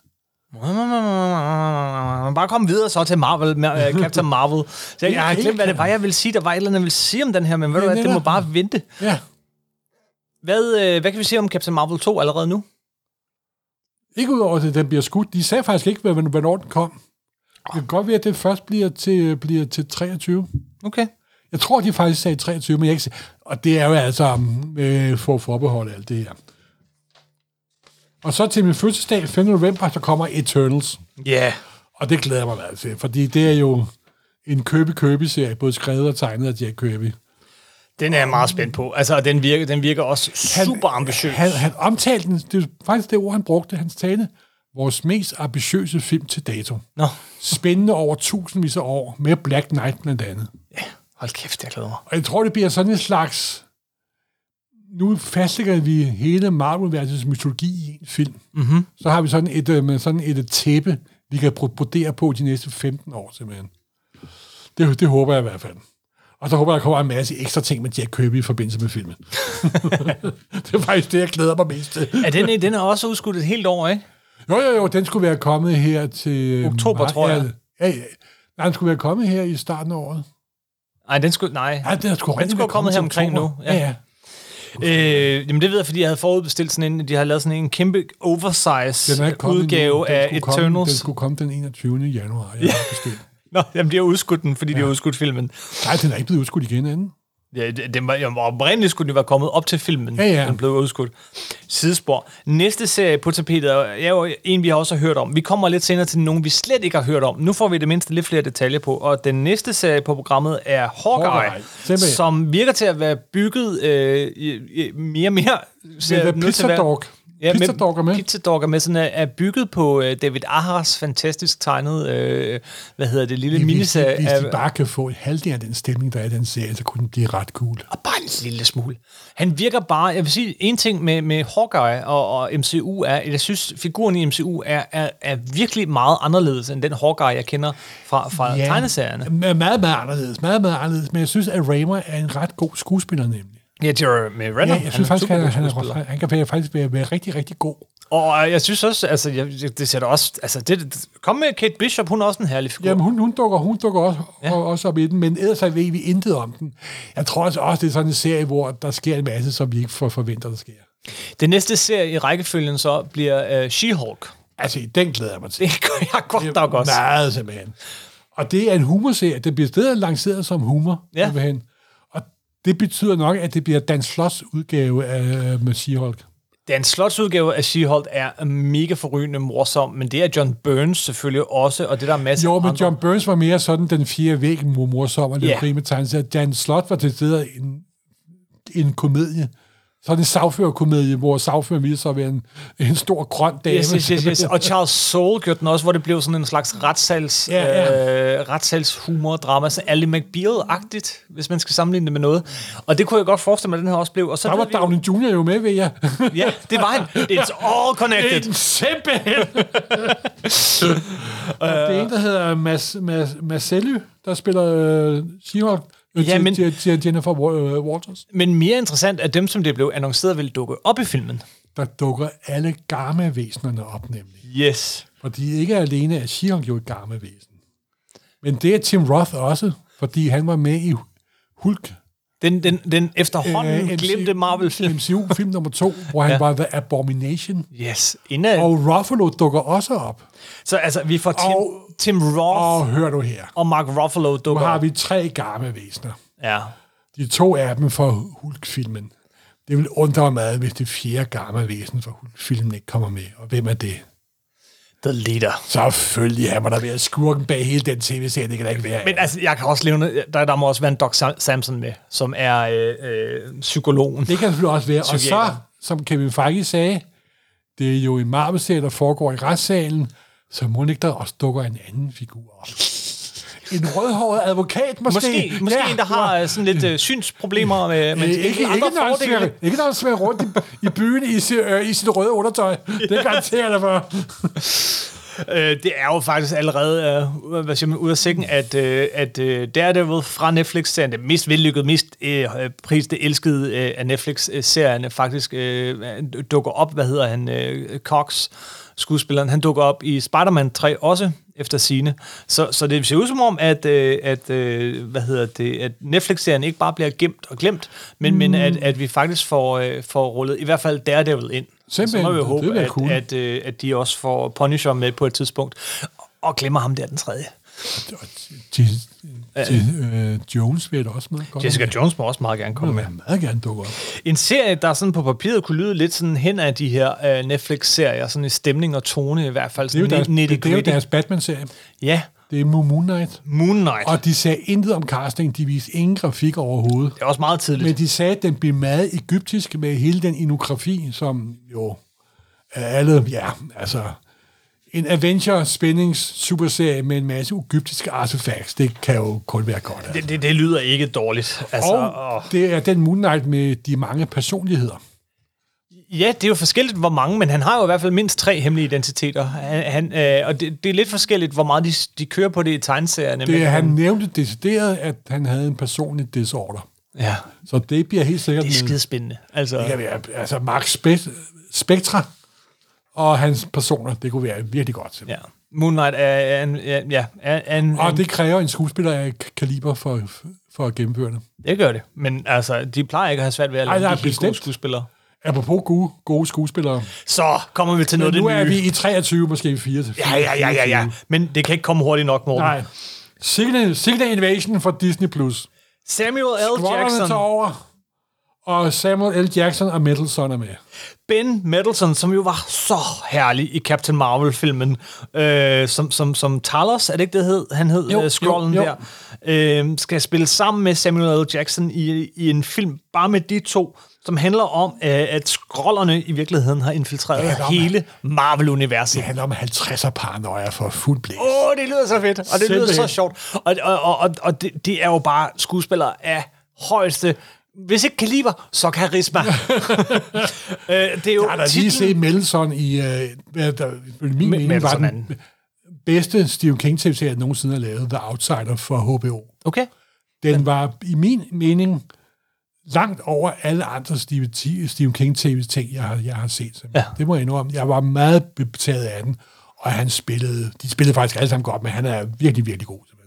A: Bare kom videre så til Marvel, Ma- øh, Captain Marvel. Så jeg, jeg har glemt, hvad det var, jeg ville sige. Der var et eller andet, jeg ville sige om den her, men ved du
B: Ja,
A: hvad, det må
B: netop.
A: bare vente.
B: Ja.
A: Hvad, øh, hvad kan vi sige om Captain Marvel 2 allerede nu?
B: Ikke udover det, den bliver skudt. De sagde faktisk ikke, hvad- hvornår den kom. Det kan godt være, at det først bliver til, bliver til 23.
A: Okay.
B: Jeg tror, de faktisk sagde 23, men jeg er ikke se- Og det er jo altså mm, øh, for forbehold alt det her. Og så til min fødselsdag, 5. november, så kommer Eternals.
A: Ja. Yeah.
B: Og det glæder jeg mig meget til, fordi det er jo en købe-købe-serie, både skrevet og tegnet af Jack Kirby.
A: Den er jeg meget spændt på. Altså, og den virker, den virker også super ambitiøs.
B: Han, han omtalte den, det er faktisk det ord, han brugte, hans tale, vores mest ambitiøse film til dato.
A: Nå,
B: Spændende over tusindvis af år, med Black Knight blandt andet.
A: ja. Hold kæft, jeg glæder mig.
B: Og jeg tror, det bliver sådan en slags... Nu fastlægger vi hele Marvel-universets mytologi i en film.
A: Mhm.
B: Mm-hmm. Så har vi sådan et, øh, med sådan et øh, tæppe, vi kan bro- brodere på de næste 15 år, simpelthen. Det, det håber jeg i hvert fald. Og så håber jeg, der kommer en masse ekstra ting med Jack Kirby i forbindelse med filmen. det er faktisk det, jeg glæder mig mest til.
A: Er den, øh, den er også udskudt et helt år, ikke?
B: Jo, jo, jo, den skulle være kommet her til...
A: Oktober, tror jeg.
B: Ja, ja. Nej, den skulle være kommet her i starten af året.
A: Nej, den skulle... Nej.
B: Ja, den skulle,
A: Den skulle være kommet her omkring nu, ja.
B: Ja, ja.
A: Øh, jamen, det ved jeg, fordi jeg havde forudbestilt sådan en... De havde lavet sådan en kæmpe oversize
B: Den er ikke kommet
A: udgave
B: endnu. Den
A: af
B: skulle
A: Eternals.
B: Komme, den skulle komme den 21. januar. Jeg har bestilt.
A: Nå, jamen, de har udskudt den, fordi ja. de har udskudt filmen.
B: Nej, den er ikke blevet udskudt igen anden.
A: Ja, det- den var, jamen, oprindeligt skulle den være kommet op til filmen.
B: Ja, ja.
A: Den blev udskudt. Sidespor. Næste serie på tapetet er er jo en, vi har også har hørt om. Vi kommer lidt senere til nogen, vi slet ikke har hørt om. Nu får vi i det mindste lidt flere detaljer på. Og den næste serie på programmet er Hawkeye,
B: Hawkeye. Simpelthen.
A: som virker til at være bygget øh, i- i- mere og mere.
B: Det
A: ser
B: er
A: den ud til at være-
B: Pizza Dog.
A: Ja,
B: Pizza Dog er med.
A: Pizza Dog er med, sådan er, er bygget på øh, David Ahars fantastisk tegnet, øh, hvad hedder det, lille
B: Hvis, de,
A: miniserie.
B: hvis de
A: af-
B: bare kan få en halvdel af den stemning, der er i den serie, så kunne den blive ret cool.
A: og bare en lille smule. Han virker bare, jeg vil sige, en ting med, med Hawkeye og, og MCU er, at jeg synes, figuren i MCU er, er, er virkelig meget anderledes end den Hawkeye, jeg kender fra, fra yeah. tegneserierne.
B: Me- Meget, meget anderledes. Meget, meget anderledes. Men jeg synes, at Raymer er en ret god skuespiller, nemlig.
A: Ja, Jeremy Renner.
B: Ja, jeg synes faktisk,
A: han,
B: han,
A: er
B: han,
A: en
B: han,
A: supergod
B: er,
A: skuespiller.
B: han kan være- faktisk være, være rigtig, rigtig god.
A: Og øh, jeg synes også, altså, jeg, jeg- det sætter også, altså, det, det- kom med Kate Bishop, hun er også en herlig figur.
B: Jamen, hun, hun, dukker, hun dukker også, ja. også op i den, men ellers så ved vi intet om den. Jeg tror altså også, det er sådan en serie, hvor der sker en masse, som vi ikke for, forventer, der sker.
A: Det næste serie i rækkefølgen så bliver øh, She-Hulk.
B: Altså, den glæder jeg mig til.
A: Det gør jeg godt nok også.
B: Meget simpelthen. Og det er en humorserie. Den bliver stadig lanceret som humor.
A: Ja.
B: Simpelthen. Og det betyder nok, at det bliver Dan Slots udgave af øh, med She-Hulk.
A: Dan Slots udgave af She-Hulk er mega forrygende morsom, men det er John Burns selvfølgelig også, og det der er masser
B: Jo,
A: af
B: men
A: andre.
B: John Burns var mere sådan den fire væg mor- morsom og lidt
A: Ja.
B: yeah. med tegneserier. Dan Slot var til stede en, en komedie. Sådan en sagførerkomedie, hvor sagføreren viser sig at være en, en stor grøn dame.
A: Yes, yes, yes, yes. Og Charles Soule gjorde den også, hvor det blev sådan en slags retssals,
B: Ja, ja.
A: Øh, retssalshumor-drama, så Ali McBeal-agtigt, hvis man skal sammenligne det med noget. Og det kunne jeg godt forestille mig, at den her også blev. Og så
B: Der var
A: ved vi jo-
B: Downey Jr. jo med, ved jeg.
A: Ja, det var han. It's all connected.
B: simpelthen. og det er en, der hedder Mas, Mas, Marcelly, der spiller øh, She-Hulk. Øh,
A: Ja,
B: ja,
A: men-
B: men... Jennifer Wa- øh, Walters.
A: Men mere interessant er dem, som det blev annonceret, ville dukke op i filmen.
B: Der dukker alle gamma-væsenerne op, nemlig.
A: Yes.
B: Fordi ikke alene er She-Hulk jo et gamma-væsen. Men det er Tim Roth også, fordi han var med i Hulk.
A: Den, den, den efterhånden
B: øh,
A: øh,
B: MC
A: glemte Marvel-film.
B: MCU-film nummer to, hvor han ja. var The Abomination.
A: Yes. Inden,
B: Og Ruffalo dukker også op.
A: så altså, vi får Tim,
B: og-
A: Tim Roth og,
B: Og hør du her.
A: og Mark Ruffalo
B: Nu
A: dukker
B: har
A: op.
B: vi tre gamma-væsener.
A: Ja.
B: De to af dem fra Hulk-filmen. Det vil undre mig meget, hvis det fjerde gamle væsen fra Hulk-filmen ikke kommer med. Og hvem er det?
A: The Leader.
B: Selvfølgelig har man der været skurken bag hele den tv-serie. Det kan da ikke være.
A: Men altså, jeg kan også leve, der, der må også være en Doc Sam- Samson med, som er øh, øh, psykologen.
B: det kan selvfølgelig også være. Og så,
A: Psykiater.
B: som Kevin Feige sagde, det er jo en Marvel-serie, der foregår i retssalen, så må ikke der også dukker en anden figur op. En rødhåret advokat måske.
A: Måske, måske ja, en, der har øh, sådan lidt øh, synsproblemer med, med
B: Men
A: de
B: ikke, ikke,
A: andre
B: ikke, når han svæver,
A: fordele.
B: ikke når han svæver rundt i, i byen i, sin- øh, i sit røde undertøj. Det garanterer jeg dig for.
A: Øh, det er jo faktisk allerede øh, hvad siger man, ud af sækken, at, øh, at øh, Daredevil fra Netflix-serien, den mest vellykkede, mest øh, øh, priste, elskede øh, af Netflix-serierne, faktisk øh, dukker op, hvad hedder han, øh, Cox, skuespilleren, han dukker op i Spider-Man 3 også, efter sine. Så, så det ser ud som om, at, øh, at, øh, hvad hedder det, at Netflix-serien ikke bare bliver gemt og glemt, men, mm. men at, at vi faktisk får, øh, får rullet i hvert fald Daredevil ind.
B: Simpelthen.
A: Så må vi jo
B: Det ville
A: håbe,
B: være
A: at,
B: cool.
A: at, øh, at de også får Punisher med på et tidspunkt. Og glemmer ham der den tredje.
B: Og Jes- Jes- øh, Jones vil jeg da også meget godt.
A: Jessica Jones må også meget gerne komme
B: Hun
A: med.
B: vil meget gerne dukke op.
A: En serie, der sådan på papiret kunne lyde lidt sådan hen af de her øh, Netflix-serier, sådan i stemning og tone i hvert fald.
B: Det er jo
A: Sådan
B: deres,
A: nitty
B: det, det er jo
A: gritty.
B: deres Batman-serie.
A: Ja,
B: Det er Moon Moon Knight.
A: Moon Knight. Og
B: Og de sagde intet om casting. De viste ingen grafik overhovedet.
A: det er også meget tidligt.
B: Men de sagde, at den blev meget egyptisk med hele den inografi, som jo er alle, ja, altså... En adventure spændings superserie med en masse egyptiske artefacts, det kan jo kun være godt. Altså.
A: det, det, det lyder ikke dårligt. Altså,
B: Og
A: og,
B: det er den Moon Knight med de mange personligheder.
A: ja, det er jo forskelligt, hvor mange, men han har jo i hvert fald mindst tre hemmelige identiteter. Han, han, øh, og det, det er lidt forskelligt, hvor meget de, de kører på det i tegneserierne. men-
B: Det, han nævnte decideret, at han havde en personlig disorder.
A: Ja,
B: Så det bliver helt sikkert...
A: det er
B: med-
A: skidespændende. Altså,
B: det kan være, altså Max Spe- Spectra og hans personer, det kunne være virkelig godt. Ja.
A: Ja. Moon Knight er, er en... Ja, ja, er, er en,
B: Og det kræver en skuespiller af k- kaliber for, for at gennemføre det.
A: det gør det. Men altså, de plejer ikke at have svært ved at
B: Ej,
A: lave de
B: nej,
A: helt bestemt. gode
B: bestemt.
A: skuespillere.
B: Apropos gode, gode skuespillere.
A: Så kommer vi til noget af
B: Men
A: det
B: nu er
A: nye.
B: vi i 23, måske i 4 til
A: Ja, ja, ja, ja, ja. Men det kan ikke komme hurtigt nok, Morten.
B: Nej. Signal, Signal Invasion fra Disney+. Plus.
A: Samuel L.
B: Squatterne tager
A: Jackson,
B: over, og Samuel L. Jackson og Mendelssohn er med.
A: Ben Mendelsohn, som jo var så herlig i Captain Marvel-filmen, øh, som, som, som Talos, er det ikke det hed? Han hed
B: Jo,
A: jo, øh, Scrollen
B: jo,
A: jo,
B: jo.
A: jo. der. Øh, skal spille sammen med Samuel L. Jackson i, i en film bare med de to, som handler om, øh, at skrollerne i virkeligheden har infiltreret
B: Ja, der er-
A: hele Marvel-universet.
B: Det handler om 50'er paranoia for fuld blæs.
A: Åh, oh, det lyder så fedt, og det lyder så
B: Simpelthen.
A: sjovt. Og, og, og, og, og det, det er jo bare skuespillere af højeste, hvis ikke kaliber, så karisma. øh, det er jo
B: Jeg har da lige set Melson i, øh, hvad der, min
A: Me-
B: mening var
A: Melson er
B: den bedste Stephen king tv jeg nogensinde har lavet, The Outsider for HBO.
A: Okay.
B: Den var i min mening langt over alle andre Stephen T- Stephen King tv-ting, jeg har, jeg har set.
A: Ja.
B: Ja. Det må jeg indrømme. Jeg var meget betaget af den, og han spillede, de spillede faktisk alle sammen godt, men han er virkelig, virkelig god. simpelthen.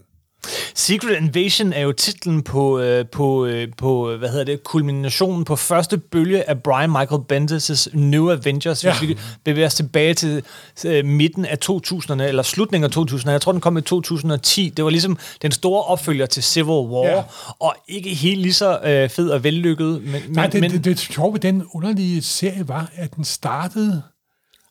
A: Secret Invasion er jo titlen på, øh, på, øh, på øh, hvad hedder det, kulminationen på første bølge af Brian Michael Bendis' New Avengers, ja.
B: Ja.
A: hvis vi bevæger os tilbage til øh, midten af 2000'erne, eller slutningen af 2000'erne. Jeg tror, den kom i 2010. Det var ligesom den store opfølger til Civil War, ja.
B: Ja.
A: og ikke helt lige så øh, fed og vellykket. Men,
B: Nej,
A: men,
B: det,
A: men,
B: det, det sjove ved den underlige serie var, at den startede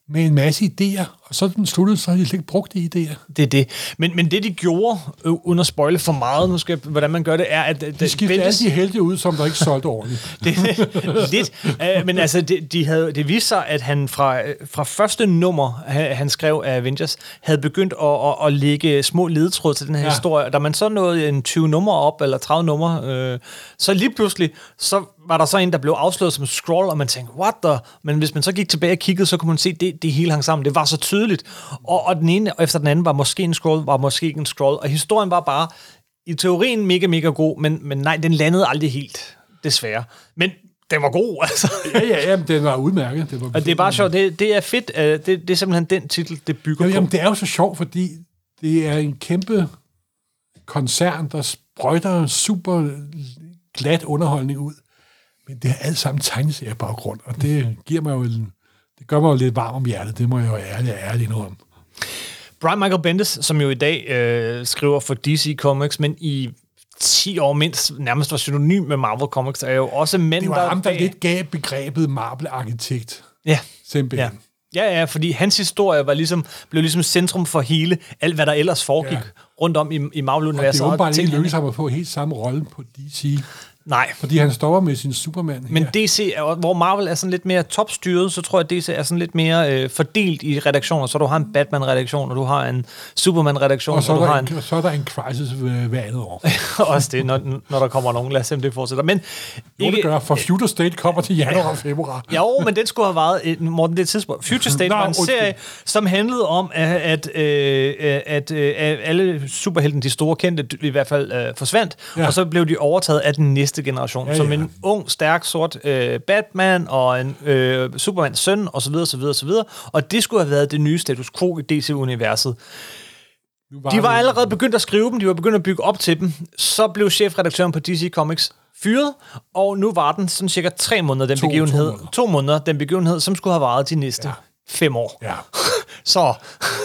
B: med en masse idéer, og så den sluttede, så havde de slet ikke brugt de idéer.
A: det er det. Men, men det, de gjorde, øh, uden at spoile for meget, nu skal jeg, hvordan man gør det, er, at... at
B: De skiftede alle de heldige ud, som der ikke solgte ordentligt.
A: det, lidt. Uh, men altså, det, de havde, det viste sig, at han fra, øh, fra første nummer, ha- han skrev af Avengers, havde begyndt at, at, at lægge små ledetråde til den her ja.
B: Ja.
A: historie. Og Da man så nåede en 20 nummer op, eller 30 nummer, øh, så lige pludselig, så var der så en, der blev afsløret som scroll, og man tænkte, what the? Men hvis man så gik tilbage og kiggede, så kunne man se, at det, det hele hang sammen. Det var så tydeligt. Og, og den ene efter den anden var måske en scroll, var måske ikke en scroll. Og historien var bare, i teorien mega, mega god, men, men nej, den landede aldrig helt, desværre. Men den var god, altså.
B: Ja, ja, ja, men den var udmærket. Det var
A: Og det er bare sjovt. Det, det er fedt. øh, Det, det er simpelthen den titel, det bygger
B: Jamen, jamen,
A: på.
B: det er jo så sjovt, fordi det er en kæmpe koncern, der sprøjter super glat underholdning ud. Men det er alt sammen tegneserier baggrund, og det giver mig jo en, det gør mig jo lidt varm om hjertet, det må jeg jo ærligt, ærligt indrømme.
A: Brian Michael Bendis, som jo i dag øh, skriver for DC Comics, men i 10 år mindst nærmest var synonym med Marvel Comics, er jo også mænd,
B: Det var ham, der
A: bag-
B: lidt gav begrebet Marvel-arkitekt,
A: Ja, ja.
B: simpelthen. Ja.
A: Ja, ja, fordi hans historie var ligesom, blev ligesom centrum for hele, alt hvad der ellers foregik ja.
B: Ja.
A: rundt om i, i
B: Og det
A: Marvel-universet.
B: er åbenbart
A: ting,
B: ikke
A: han-
B: lykkedes ham at få helt samme rolle på DC,
A: Nej,
B: fordi han stopper med sin Superman her.
A: Men ja. DC, er, hvor Marvel er sådan lidt mere topstyret, så tror jeg, at DC er sådan lidt mere øh, fordelt i redaktioner. Så du har en Batman-redaktion, og du har en Superman-redaktion,
B: og så
A: og,
B: er,
A: du har
B: der
A: en...
B: en, så er der en crisis hver hver andet år.
A: også det, når, når der kommer nogen. Lad os se, om det fortsætter. Men
B: Jo, det gør. For Future State kommer til januar og februar.
A: Ja, jo, men den skulle have været, øh, Morten, det er et tidspunkt. Future State
B: Nå,
A: var en
B: undskyld.
A: serie, som handlede om, at, at, øh, at, øh, at alle superhelten, de store kendte, i hvert fald øh, forsvandt, ja.
B: Ja.
A: og så blev de overtaget af den næste generation. Ja,
B: Ja,
A: som
B: ja.
A: en ung, stærk, sort øh, Batman og en øh, Supermans søn, osv., osv., osv. Og det skulle have været det nye status quo i DC-universet.
B: Nu var
A: De var
B: det-
A: allerede begyndt at skrive dem, de var begyndt at bygge op til dem. Så blev chefredaktøren på DC Comics fyret, og nu var den sådan cirka tre måneder, den
B: To-
A: begivenhed.
B: to måneder.
A: To måneder, den begivenhed, som skulle have varet de næste ja. fem år.
B: Ja.
A: Så,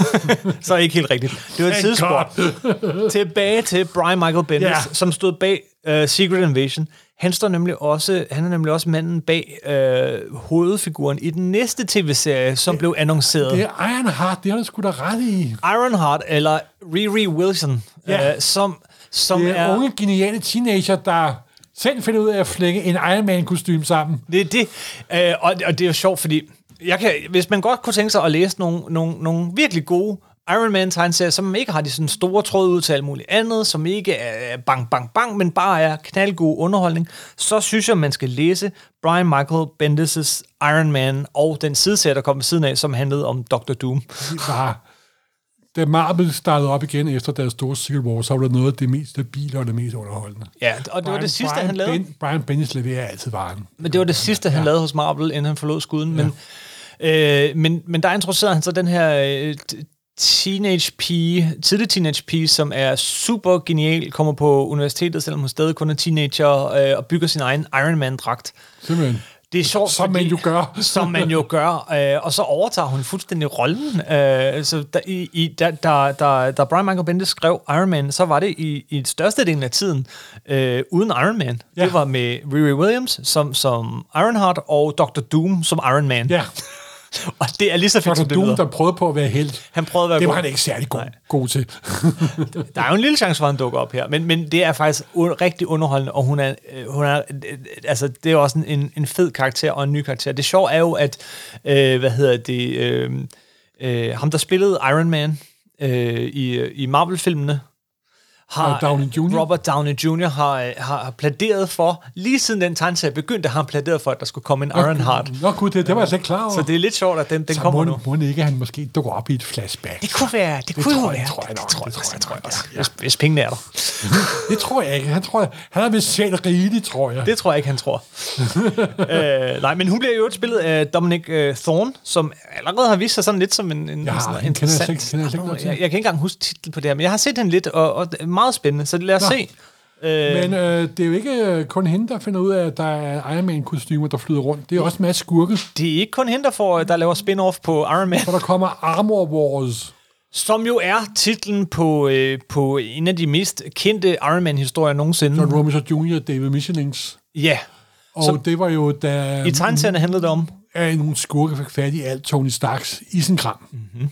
A: så er ikke helt rigtigt. Det var et
B: Thank
A: tidsspor. Tilbage til Brian Michael Bendis,
B: Ja.
A: yeah. som stod bag uh, Secret Invasion. Han, står nemlig også, han er nemlig også manden bag uh, hovedfiguren i den næste tv-serie, som blev annonceret.
B: Det er Ironheart, det har du sgu da ret i.
A: Ironheart eller Riri Wilson, ja.
B: Ja.
A: øh, som, som
B: Det er
A: er...
B: unge, geniale teenager, der selv finder ud af at flække en Iron man kostume sammen.
A: Det er det. Øh, og, og det er jo sjovt, fordi jeg kan, hvis man godt kunne tænke sig at læse nogle, nogle, nogle virkelig gode Iron Man tegneserier, som ikke har de sådan store tråde ud til alt muligt andet, som ikke er bang, bang, bang, men bare er knaldgod underholdning, så synes jeg, man skal læse Brian Michael Bendis' Iron Man og den sideserie, der kom ved siden af, som handlede om Dr. Doom.
B: Det var, da Marvel startede op igen efter deres store Civil War, så var det noget af det mest stabile og det mest underholdende.
A: Ja, og det var det sidste,
B: Brian
A: han lavede.
B: Ben, Brian Bendis leverer altid varen.
A: Men det var det sidste, han ja. lavede hos Marvel, inden han forlod skuden. Men, øh, men, men der introducerede han så den her øh, t- teenage pige, tidlig teenage pige, som er super genial, kommer på universitetet, selvom hun stadig kun er teenager, øh, og bygger sin egen Iron Man-dragt.
B: Simpelthen.
A: Det er sjovt,
B: Som man
A: fordi-
B: jo gør.
A: som man jo gør. Øh, og så overtager hun fuldstændig rollen. Øh, så der, i, i, da, da, da, da Brian Michael Bendis skrev Iron Man, så var det i, i størstedelen af tiden øh, uden Iron Man. Ja.
B: Ja.
A: Det var med Riri Williams som, som Ironheart og Dr. Doom som Iron Man.
B: Ja.
A: Og det er lige så fedt,
B: Dr.
A: som det
B: Doom,
A: lyder.
B: der prøvede på at være helt.
A: Han prøvede at være
B: Det var
A: god.
B: han ikke særlig god, god til.
A: Der er jo en lille chance for, at han dukker op her, men, men det er faktisk u- rigtig underholdende, og hun er, øh, hun er øh, altså, det er jo også en, en fed karakter og en ny karakter. Det sjove er jo, at, øh, hvad hedder det, øh, øh, ham der spillede Iron Man øh, i, i Marvel-filmene, har, øh,
B: Og Downey Jr.?
A: Robert Downey Jr. Har, øh, har, har pladeret for, lige siden den tegneserie begyndte, har han pladeret for, at der skulle komme en Iron Heart.
B: Nå gud, det, det var jeg slet ikke klar over.
A: Så det er lidt sjovt, at den, den
B: så
A: kommer
B: må,
A: nu.
B: må den ikke, at han måske dukker op i et flashback.
A: Det kunne være, det, det kunne
B: tror
A: jo
B: jeg-
A: være.
B: tror jeg nok, det tror
A: også,
B: jeg
A: det tror
B: nok,
A: jeg også. Hvis, hvis pengene er der.
B: Det tror jeg ikke. Han, tror, jeg, han er vist selv rigeligt, tror jeg.
A: Det tror jeg ikke, han tror. øh, nej, men hun bliver jo et spillet af Dominic øh, Thorne, som allerede har vist sig sådan lidt som en, en
B: Jeg har-
A: sådan
B: hende kender jeg slet ikke- kender jeg slet ikke noget til.
A: jeg, jeg kan ikke engang huske titlen på det her, men jeg har set hende lidt, og, og det er meget spændende, så lad os
B: Nå.
A: se. Øh,
B: Men øh, det er jo ikke øh, kun hende, der finder ud af, at der er Iron Man-kostymer, der flyder rundt. Det er også en masse skurke,
A: det er ikke kun hende, der, får, der laver spin-off på Iron Man,
B: for der kommer Armor Wars.
A: som jo er titlen på, øh, på en af de mest kendte Iron Man-historier nogensinde.
B: John Romita Jr. og David Michelings.
A: Ja,
B: Og
A: Som-
B: det var jo, da
A: i tegneserierne handlede det om,
B: af nogle skurke fik fat i alt Tony Starks isenkram. Mm-hmm.
A: Mhm.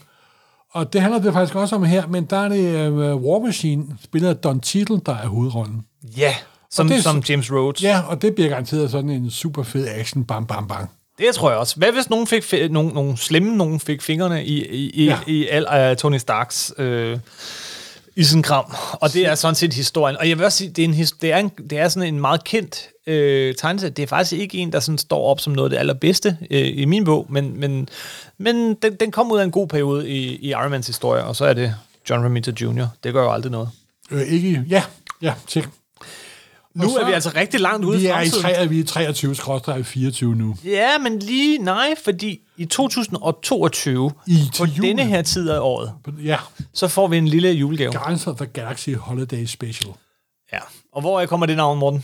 B: Og det handler det faktisk også om her, men der er det uh, War Machine, spiller Don Cheadle, der er hovedrollen.
A: ja, som,
B: det er
A: som James Rhodes.
B: Ja, og det bliver garanteret sådan en super fed action, bam bam bam.
A: Det tror jeg også. Hvad hvis nogen fik fi- nogen, nogen slemme nogen fik fingrene i i, i, ja.
B: Ja.
A: i al, uh, Tony Starks øh, isenkram? Og det er sådan set historien. Og jeg vil også sige, det er, en, his- det er, en, det er sådan en meget kendt øh, tegneserie. Det er faktisk ikke en, der sådan står op som noget af det allerbedste øh, i min bog, men, men, men den, den kom ud af en god periode i, i Iron Mans historie, og så er det John Romita Jr. Det gør jo aldrig noget.
B: Øh, ikke, ja, ja, tjek.
A: Nu er vi altså rigtig langt ude
B: vi er, i
A: fremtiden.
B: tre, vi er i 23, skråstrej 24 nu.
A: Ja, men lige nej, fordi i 2022,
B: I
A: på
B: til jul.
A: denne her tid af året,
B: Ja,
A: så får vi en lille julegave.
B: Guardians of the Galaxy Holiday Special.
A: Ja. Og hvor kommer det navn, Morten?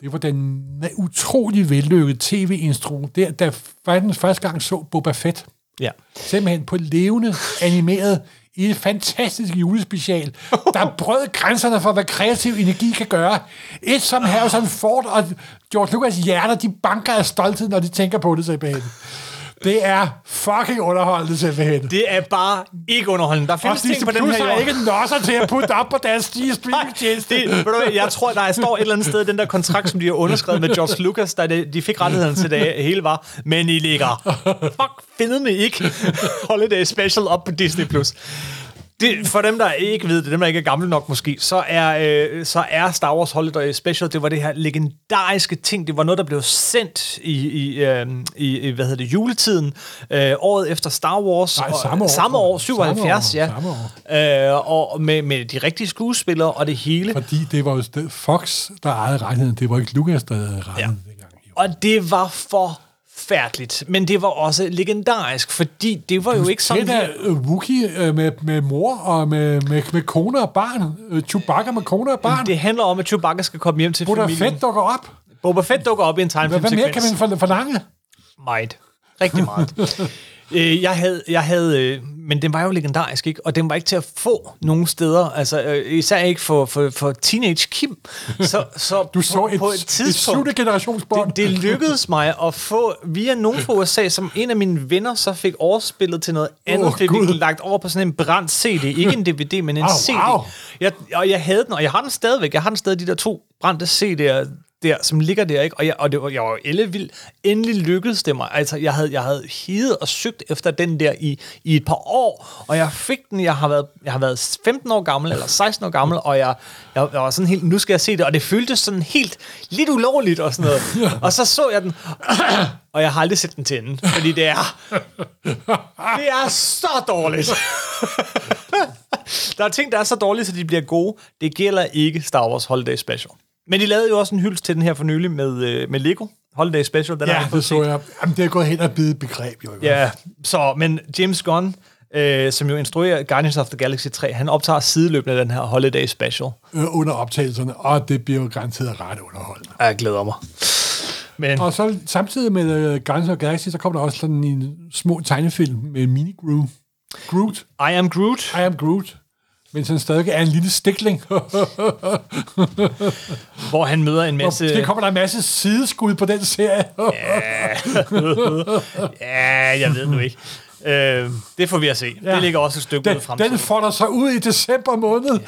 B: Det var den utrolig vellykkede tv-instru, der, da verdens første gang så Boba Fett.
A: Ja.
B: Simpelthen på levende, animeret, i et fantastisk julespecial, der brød grænserne for, hvad kreativ energi kan gøre. Et som Harrison Ford og George Lucas hjerter, de banker af stolthed, når de tænker på det simpelthen. Det er fucking underholdende simpelthen.
A: Det er bare ikke underholdende. Der
B: Og
A: findes ting
B: Disney
A: på den
B: Plus
A: her
B: har
A: jord.
B: ikke nosser til at putte op på deres stige
A: Nej,
B: streamingtjeneste.
A: det, ved du hvad, jeg tror, der står et eller andet sted i den der kontrakt, som de har underskrevet med George Lucas, da det- de fik rettighederne til det hele var, men I ligger fuck fede med ikke Holiday Special op på Disney+. Plus. Det, for dem, der ikke ved det, dem, der ikke er gamle nok måske, så er, øh, så er Star Wars Holiday Special, det var det her legendariske ting, det var noget, der blev sendt i, i, øh, i, i hvad hedder det, juletiden, øh, året efter Star Wars.
B: Nej,
A: og-
B: samme år,
A: Samme
B: tror
A: år,
B: jeg.
A: 77,
B: Samme år,
A: ja. Øh, og med, med de rigtige skuespillere og det hele.
B: Fordi det var jo sted- Fox, der ejede rettigheden. Det var ikke Lucas, der ejede rettigheden ja. dengang. Jo.
A: Og det var forfærdeligt, men det var også legendarisk, fordi det var jo ikke sådan...
B: Den er øh, Wookie øh, med, med mor og med, med, med kone og barn. Øh, Chewbacca med kone og barn.
A: Det handler om, at Chewbacca skal komme hjem til
B: Boba
A: familien.
B: Fett dukker op.
A: Boba Fett dukker op i en
B: Hvad, hvad mere kan
A: tegnefilmsekvens.
B: man for- forlange?
A: Meget. Rigtig meget. Øh, jeg havde, jeg havde øh, men den var jo legendarisk, ikke? og den var ikke til at få nogen steder, altså øh, især ikke for, for, for Teenage Kim. Så, så
B: Du så
A: på,
B: et,
A: på et
B: et
A: tidspunkt,
B: syvende generationsbånd.
A: det, det lykkedes mig at få, via nogen fra USA, som en af mine venner så fik overspillet til noget andet,
B: Åh,
A: oh, det vi
B: Gud.
A: lagt over på sådan en brændt CD. Ikke en DVD, men en
B: Au,
A: CD.
B: au.
A: Jeg, og jeg havde den, og jeg har den stadigvæk. Jeg har den stadig, de der to brændte CD'er der, som ligger der, ikke? Og jeg, og det var, jeg var jo ellevild. Endelig lykkedes det mig. Altså, jeg havde, jeg havde hidet og søgt efter den der i, i et par år, og jeg fik den. Jeg har været, jeg har været 15 år gammel, eller 16 år gammel, og jeg, jeg, jeg var sådan helt, nu skal jeg se det, og det føltes sådan helt, lidt ulovligt og sådan noget. Og så så jeg den, og jeg har aldrig set den til enden, fordi det er, det er så dårligt. Der er ting, der er så dårlige, så de bliver gode. Det gælder ikke Star Wars Holiday Special. Men de lavede jo også en hyldest til den her for nylig med, øh, med Lego Holiday Special. Den har jeg
B: Ja,
A: fået
B: det så jeg. Jamen, det er gået hen og blevet et begreb, jo.
A: Ja, så, men James Gunn, øh, som jo instruerer Guardians of the Galaxy 3, han optager sideløbende den her Holiday Special.
B: Øh, under optagelserne, og det bliver jo garanteret ret underholdende.
A: Og Jeg glæder mig. Men
B: Og så samtidig med uh, Guardians of the Galaxy, så kom der også sådan en små tegnefilm med mini Groot. Groot.
A: I Am Groot,
B: I am Groot. mens han stadig er en lille stikling.
A: hvor han møder en masse...
B: Det kommer der en masse sideskud på den serie.
A: Ja, jeg ved nu ikke. Øh, det får vi at se. Ja.
B: Ja.
A: Det ligger også et stykke ud i
B: den,
A: fremtiden.
B: den folder sig ud i december måned.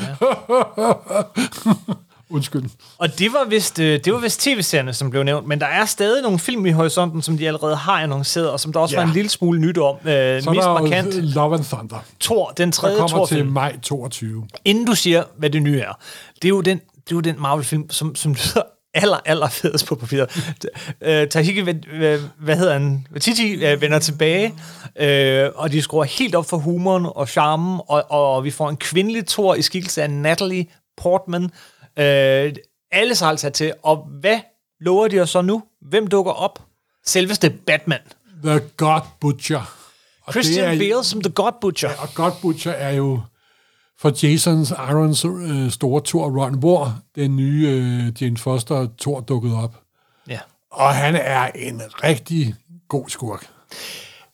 B: Undskyld.
A: Og det var vist, øh, det var vist tv-serierne, som blev nævnt, men der er stadig nogle film i horisonten, som de allerede har annonceret, og som der også
B: Ja.
A: var en lille smule nyt om. Øh, mest
B: Så er der jo
A: markant,
B: Love and Thunder,
A: Thor, den
B: der
A: tredje
B: kommer til
A: Thor-film.
B: maj 22.
A: Inden du siger, hvad det nye er, det er jo den, det er jo den Marvel-film, som, som lyder aller, aller fedest på papiret. Øh, Tahiki, hvad, hvad, hvad hedder han? Titi øh, vender tilbage, øh, og de skruer helt op for humoren og charmen, og, og vi får en kvindelig Thor i skikkelse af Natalie Portman. Øh, alle har sat til, og hvad lover de os så nu? Hvem dukker op? Selveste Batman.
B: The God Butcher. Og
A: Christian
B: det er,
A: Bale som The God Butcher.
B: Og God Butcher er jo for Jasons Irons øh, store Thor Ron, hvor den nye øh, Jane Foster Thor dukkede op.
A: Ja.
B: Og han er en rigtig god skurk.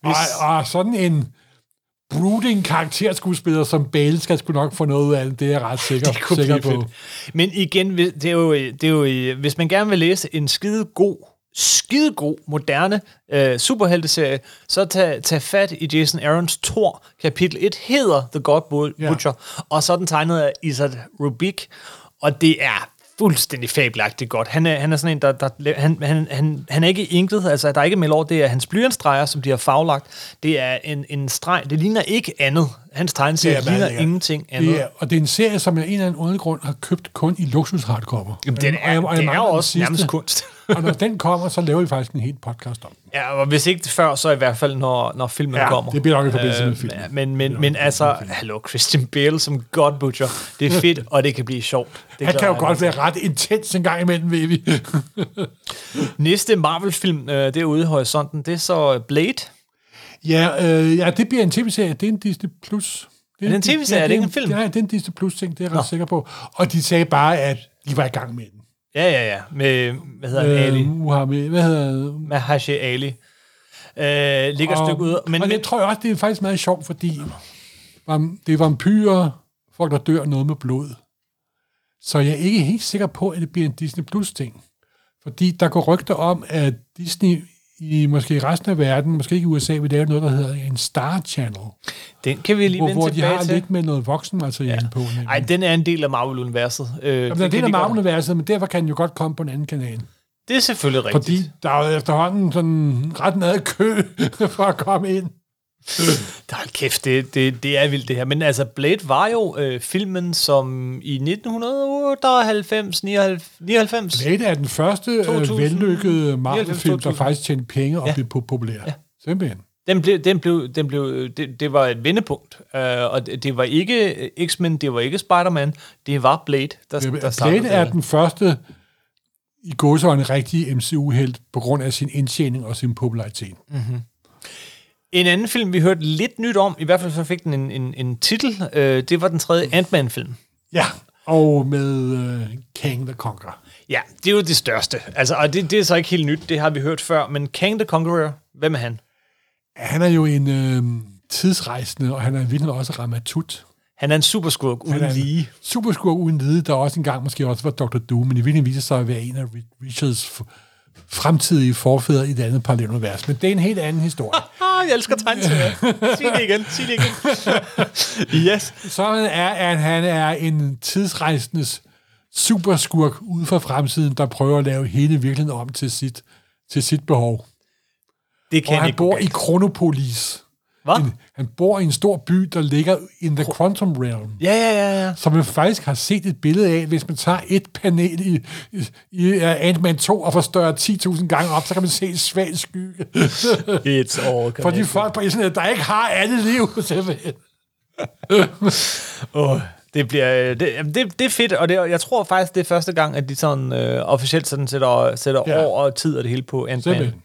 B: Hvis... Og, og sådan en brooding karakterskuespiller som Bale skal sgu nok få noget ud af det, det er jeg ret sikker,
A: Det kunne
B: sikker
A: blive
B: på.
A: fedt. Men igen, hvis- det er, jo, øh, det er jo, hvis man gerne vil læse en skide god, skide god, moderne øh, superhelteserie, så tag, tag fat i Jason Aarons Thor. Kapitel 1 hedder The God Bu-
B: Ja.
A: Butcher, og så er den tegnet af Isaac Rubik, og det er fuldstændig fabelagtigt godt. Han er, han er sådan en, der, der han, han, han, han er ikke inket, altså der er ikke meldt over, det er hans blyantstreger, som de har faglagt. Det er en, en streg, det ligner ikke andet. Hans tegneserie
B: Det er meget
A: ligner
B: lækkert.
A: ingenting andet.
B: Det er, og det er en serie, som jeg af en eller anden undergrund har købt kun i luksus hardcover.
A: Jamen, den er, den er jo også nærmest kunst.
B: og når den kommer, så laver vi faktisk en hel podcast om den.
A: ja, og hvis ikke før, så i hvert fald, når, når filmen
B: Ja,
A: kommer.
B: det bliver nok i forbindelse med filmen.
A: ja, Men, men, men altså, hallo, Christian Bale som God Butcher. Det er fedt, og det kan blive sjovt. Det
B: Han kan
A: glæder
B: jo
A: jeg mig
B: godt
A: til.
B: være ret intens en gang imellem, ved vi.
A: Næste Marvel-film, øh, det er ude i horisonten, det er så Blade.
B: Ja, øh, ja, det bliver en tv-serie. Det er en Disney+. Plus. Det
A: det en tv-serie? Er det ikke en film?
B: Nej, det er en Disney Plus-ting, det er jeg ret sikker på. Og de sagde bare, at de var i gang med den.
A: Ja, ja, ja. Med, hvad hedder han,
B: Øh,
A: Ali?
B: Muhammed, hvad hedder
A: Mahashi Ali. Øh, ligger et stykke ude. Men,
B: og det
A: men,
B: tror jeg også, det er faktisk meget sjovt, fordi vam- det er vampyrer, folk der dør noget med blod. Så jeg er ikke helt sikker på, at det bliver en Disney Plus-ting. Fordi der går rygter om, at Disney i måske i resten af verden, måske ikke i USA, vil lave noget, der hedder en Star Channel.
A: den kan vi lige
B: Hvor,
A: vende
B: hvor de
A: tilbage
B: har
A: til.
B: lidt med noget voksenmateriale ja. på. nemlig.
A: Ej, den er en del af Marvel-universet. Øh,
B: Jamen, det er en del
A: kan
B: af
A: vi godt-
B: Marvel-universet, men derfor kan den jo godt komme på en anden kanal.
A: Det er selvfølgelig rigtigt.
B: Fordi der er jo efterhånden sådan ret meget kø for at komme ind.
A: Der er kæft, det, det, det er vildt det her. Men altså, Blade var jo øh, filmen, som i 1998, 99, 99
B: Blade er den første øh,
A: 2000,
B: vellykkede Marvel-film,
A: 99,
B: der
A: 2000.
B: faktisk tjente penge og blev po- populær. Ja. Simpelthen.
A: Den blev, den blev, den blev, det, det var et vendepunkt. Uh, og det, det var ikke øh, X-Men, det var ikke Spider-Man, det var Blade, der, der startede
B: Blade
A: det.
B: Øh, er den første i gåsøjne rigtige MCU-helt på grund af sin indtjening og sin popularitet.
A: En anden film, vi hørte lidt nyt om, i hvert fald så fik den en, en, en titel, øh, det var den tredje Ant-Man-film.
B: Ja, og med øh, Kang the Conqueror.
A: Ja, det er jo det største. Altså, og det, det er så ikke helt nyt, det har vi hørt før, men Kang the Conqueror, hvem er han?
B: Han er jo en øh, tidsrejsende, og han er virkelig også ramatut.
A: Han er en superskurk uden
B: Han er en
A: lige.
B: Superskurk uden lige, der også engang måske også var Dr. Doom, men i virkeligheden viser sig at være en af Ri- Richards f- fremtidige forfædre i et andet parallelt univers. Men det er en helt anden historie.
A: Ah, jeg elsker tegneserier. Sig det igen, sig det igen. yes.
B: Sådan er, at han er en tidsrejsendes superskurk ude fra fremtiden, der prøver at lave hele virkeligheden om til sit, til sit behov.
A: Det kan
B: Og han
A: ikke
B: bor i Kronopolis.
A: Hvad?
B: En, han bor i en stor by, der ligger in the quantum realm.
A: Ja, ja, ja, ja.
B: som man faktisk har set et billede af, hvis man tager et panel i, i, i øh, Ant-Man 2 og forstørrer 10.000 gange op, så kan man se en svag skygge.
A: It's all
B: For de folk på internet, der ikke har andet liv. simpelthen.
A: oh, det bliver øh, det, jamen, det, det er fedt, og det, er- jeg tror faktisk, det er første gang, at de sådan øh, officielt sådan sætter, sætter
B: Ja.
A: ja. år og tid og det hele på Ant-Man.
B: Simpelthen.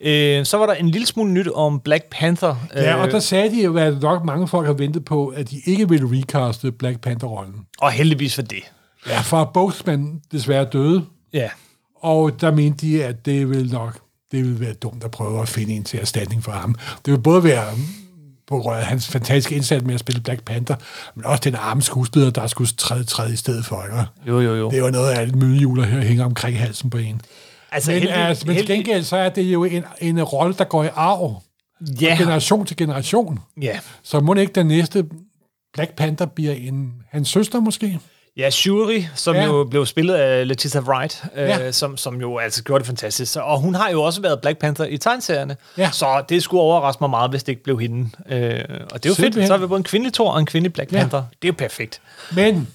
A: Øh, så var der en lille smule nyt om Black Panther.
B: Ja, og
A: øh,
B: der sagde de jo, at nok mange folk har ventet på, at de ikke ville recaste Black Panther-rollen.
A: og heldigvis for det.
B: Ja, for Boseman desværre døde,
A: Ja.
B: og der mente de, at det ville nok det ville være dumt at prøve at finde en til erstatning for ham. Det ville både være på grund af hans fantastiske indsats med at spille Black Panther, men også den arme skuespiller, der skulle træde, træde i stedet for. Ikke?
A: Jo, jo, jo.
B: Det var noget af et mødehjul, der hænger omkring halsen på en.
A: Altså,
B: Men,
A: heldig-
B: altså, men til
A: heldig-
B: gengæld, så er det jo en, en rolle, der går i arv,
A: Ja,
B: generation til generation.
A: ja.
B: Så må det ikke den næste Black Panther bliver en, hans søster måske?
A: Ja, Shuri, som ja.
B: Ja.
A: jo blev spillet af Letitia Wright, øh, ja.
B: Ja.
A: som, som jo altså gjorde det fantastisk. Så- Og hun har jo også været Black Panther i tegnserierne,
B: Ja.
A: så det skulle overraske mig meget, hvis det ikke blev hende. Øh, og det er jo Simpelthen. fedt,
B: Simpelthen.
A: så har vi både en kvindelig Thor og en kvindelig Black
B: Ja.
A: Panther. Ja. Det er jo perfekt.
B: Men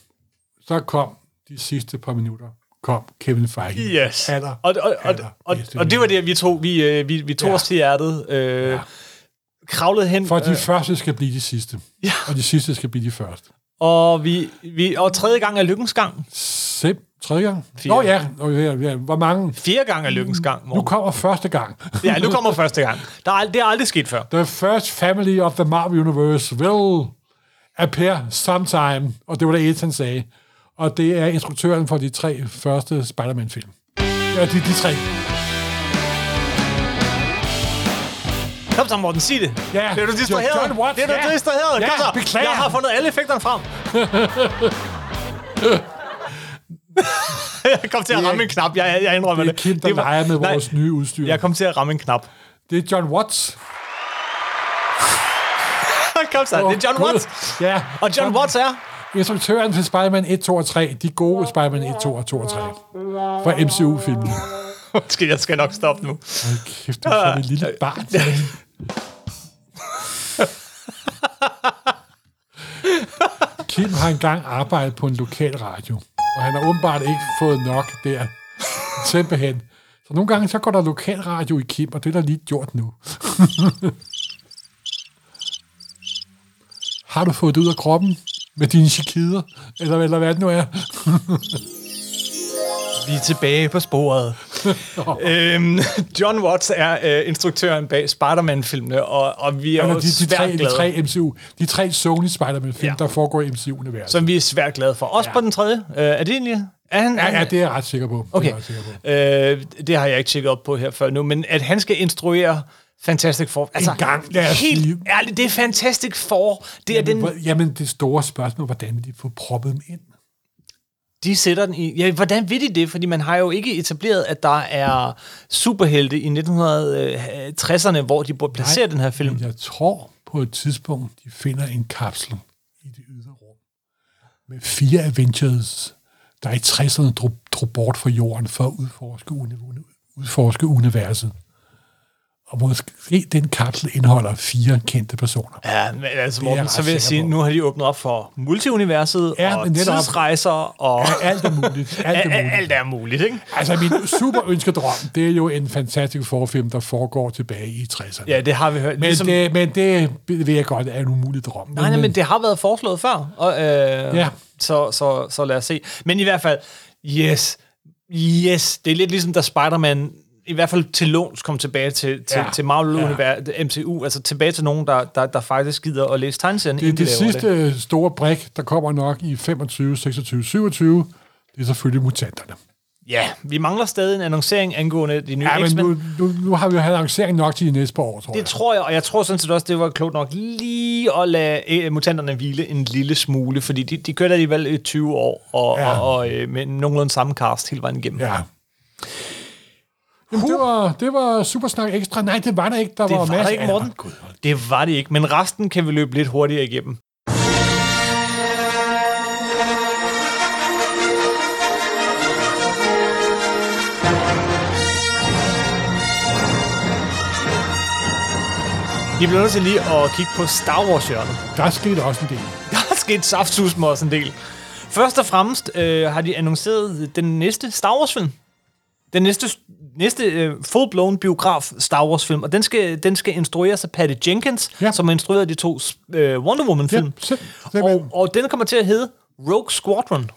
B: så kom de sidste par minutter, kom Kevin Feige.
A: Yes.
B: Aller,
A: og, og, og,
B: aller
A: og,
B: bedste
A: og det var det, vi to, vi, øh, vi, vi tog ja.
B: Ja.
A: os til hjertet, øh, ja. kravlede hen,
B: For de
A: øh,
B: første skal blive de sidste.
A: Ja.
B: Og de sidste skal blive de første.
A: og, vi, vi, og tredje gang er lykkens gang.
B: Sep, tredje gang?
A: Fire.
B: Nå ja, Nå, ja, ja. hvor mange?
A: Fire gange er lykkens gang,
B: Nu
A: Morten.
B: kommer første gang.
A: Ja, nu kommer første gang. Der er, ald- det er aldrig sket før.
B: The first family of the Marvel Universe will appear sometime. Og det var det, Ethan sagde. Og det er instruktøren for de tre første Spider-Man-film. Ja, de, de tre.
A: Kom så, Morten, sig det.
B: Ja,
A: det er du distraheret.
B: John Watts,
A: det er du
B: ja.
A: distraheret.
B: Ja,
A: Kom så.
B: beklager.
A: Jeg har fundet alle effekterne frem. jeg kom til at ramme en knap. Jeg, jeg indrømmer
B: Det er
A: det.
B: Kim, der
A: var-
B: leger med
A: Nej,
B: vores nye udstyr.
A: Jeg kom til at ramme en knap.
B: Det er John Watts.
A: kom så, det er John
B: Gud.
A: Watts.
B: Ja.
A: Og John Watts er...
B: Instruktøren til Spider-Man 1, 2 og 3. De gode Spider-Man 1, 2 og 2 og 3. Fra MCU-filmen.
A: Skal, jeg skal nok stoppe nu.
B: Kæft, det er som et lille barn. Kim har engang arbejdet på en lokal radio, og han har åbenbart ikke fået nok der. Simpelthen. Så nogle gange så går der lokal radio i Kim, og det er der lige gjort nu. har du fået det ud af kroppen med dine chikider? Eller, eller hvad det nu er?
A: Vi er tilbage på sporet. øhm, John Watts er øh, instruktøren bag Spider-Man-filmene, og, og vi er
B: Eller
A: jo
B: de, de,
A: svært
B: tre, de,
A: glade.
B: tre MCU, de tre Sony Spider-Man-film,
A: Ja.
B: ja. der foregår i MCU-universet.
A: som vi er svært glade for. Også ja. på den tredje. Øh, er det egentlig... Er han,
B: Ja, ja, det er jeg ret sikker på. Det er
A: Okay.
B: jeg ret sikker på.
A: Øh, det har jeg ikke tjekket op på her før nu, men at han skal instruere Fantastic Four. Altså,
B: gang, lad os
A: helt
B: lige-
A: ærligt, det er Fantastic Four. Det er
B: Jamen,
A: den,
B: hvor- jamen, det store spørgsmål, hvordan vil de får proppet dem ind?
A: de sætter den i. Ja, hvordan vil de det? Fordi man har jo ikke etableret, at der er superhelte i 1960'erne, hvor de burde placere
B: Nej, Mm.
A: den her film.
B: Men jeg tror på et tidspunkt, de finder en kapsel i det ydre rum med fire Avengers, der i 60'erne drog, drog bort fra jorden for at udforske, uni- udforske universet. Og måske den kapsel indeholder fire kendte personer.
A: Ja, men altså,
B: er
A: Morten,
B: jeg
A: så
B: ret
A: vil
B: sikker
A: jeg sige,
B: på.
A: nu har de åbnet op for multiuniverset
B: Ja,
A: og
B: men netop.
A: tidsrejser, og
B: Ja, Alt er muligt. Alt er muligt.
A: alt er muligt, ikke?
B: Altså, min super ønskedrøm, det er jo en fantastisk forfilm, der foregår tilbage i 60'erne.
A: Ja, det har vi hørt.
B: Men, ligesom... det, men det ved jeg godt er en umulig drøm. øh,
A: Nej, nej, men det har været foreslået før, og, øh, ja.
B: Ja.
A: så, så, så lad os se. Men i hvert fald, yes, yes, det er lidt ligesom, da Spider-Man, i hvert fald til låns, kom tilbage til, til, ja.
B: Ja.
A: til Marvel
B: Ja.
A: ja. MCU, altså tilbage til nogen, der, der, der faktisk gider at læse tegneserien.
B: det,
A: inden
B: det, det
A: de laver
B: sidste det. store brik, der kommer nok i 25, 26, 27, det er selvfølgelig mutanterne.
A: Ja, vi mangler stadig en annoncering angående de nye
B: Ja, men
A: X-Men.
B: nu, nu, nu har vi jo annoncering nok til de næste par år, tror
A: Det
B: jeg.
A: tror jeg, og jeg tror sådan set også, det var klogt nok lige at lade øh, mutanterne hvile en lille smule, fordi de, de kørte alligevel i 20 år, og, ja.
B: Ja.
A: og, og øh, med nogenlunde samme cast hele vejen igennem.
B: Ja. Jamen, det var, det var Supersnak Ekstra. Nej, det var der ikke. Der
A: Det
B: var,
A: var der
B: masser
A: ikke,
B: af-
A: Morten.
B: Gud, hold
A: Det var det ikke, men resten kan vi løbe lidt hurtigere igennem. Vi bliver nødt til lige at kigge på Star Wars-hjørnet.
B: Der skete også en del.
A: Der er sket saftsus med os en del. Først og fremmest øh, har de annonceret den næste Star Wars-film. Den næste, næste øh, full-blown biograf Star Wars-film. Og den skal, den skal instrueres af Patty Jenkins, ja.
B: Ja.
A: som har instrueret de to øh, Wonder Woman-film.
B: Ja, sim, sim,
A: og, og den kommer til at hedde Rogue Squadron.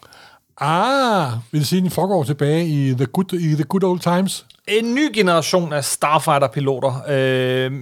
B: Ah, vil det sige, at den foregår tilbage i the, good, i the Good Old Times?
A: En ny generation af Starfighter-piloter. Øh,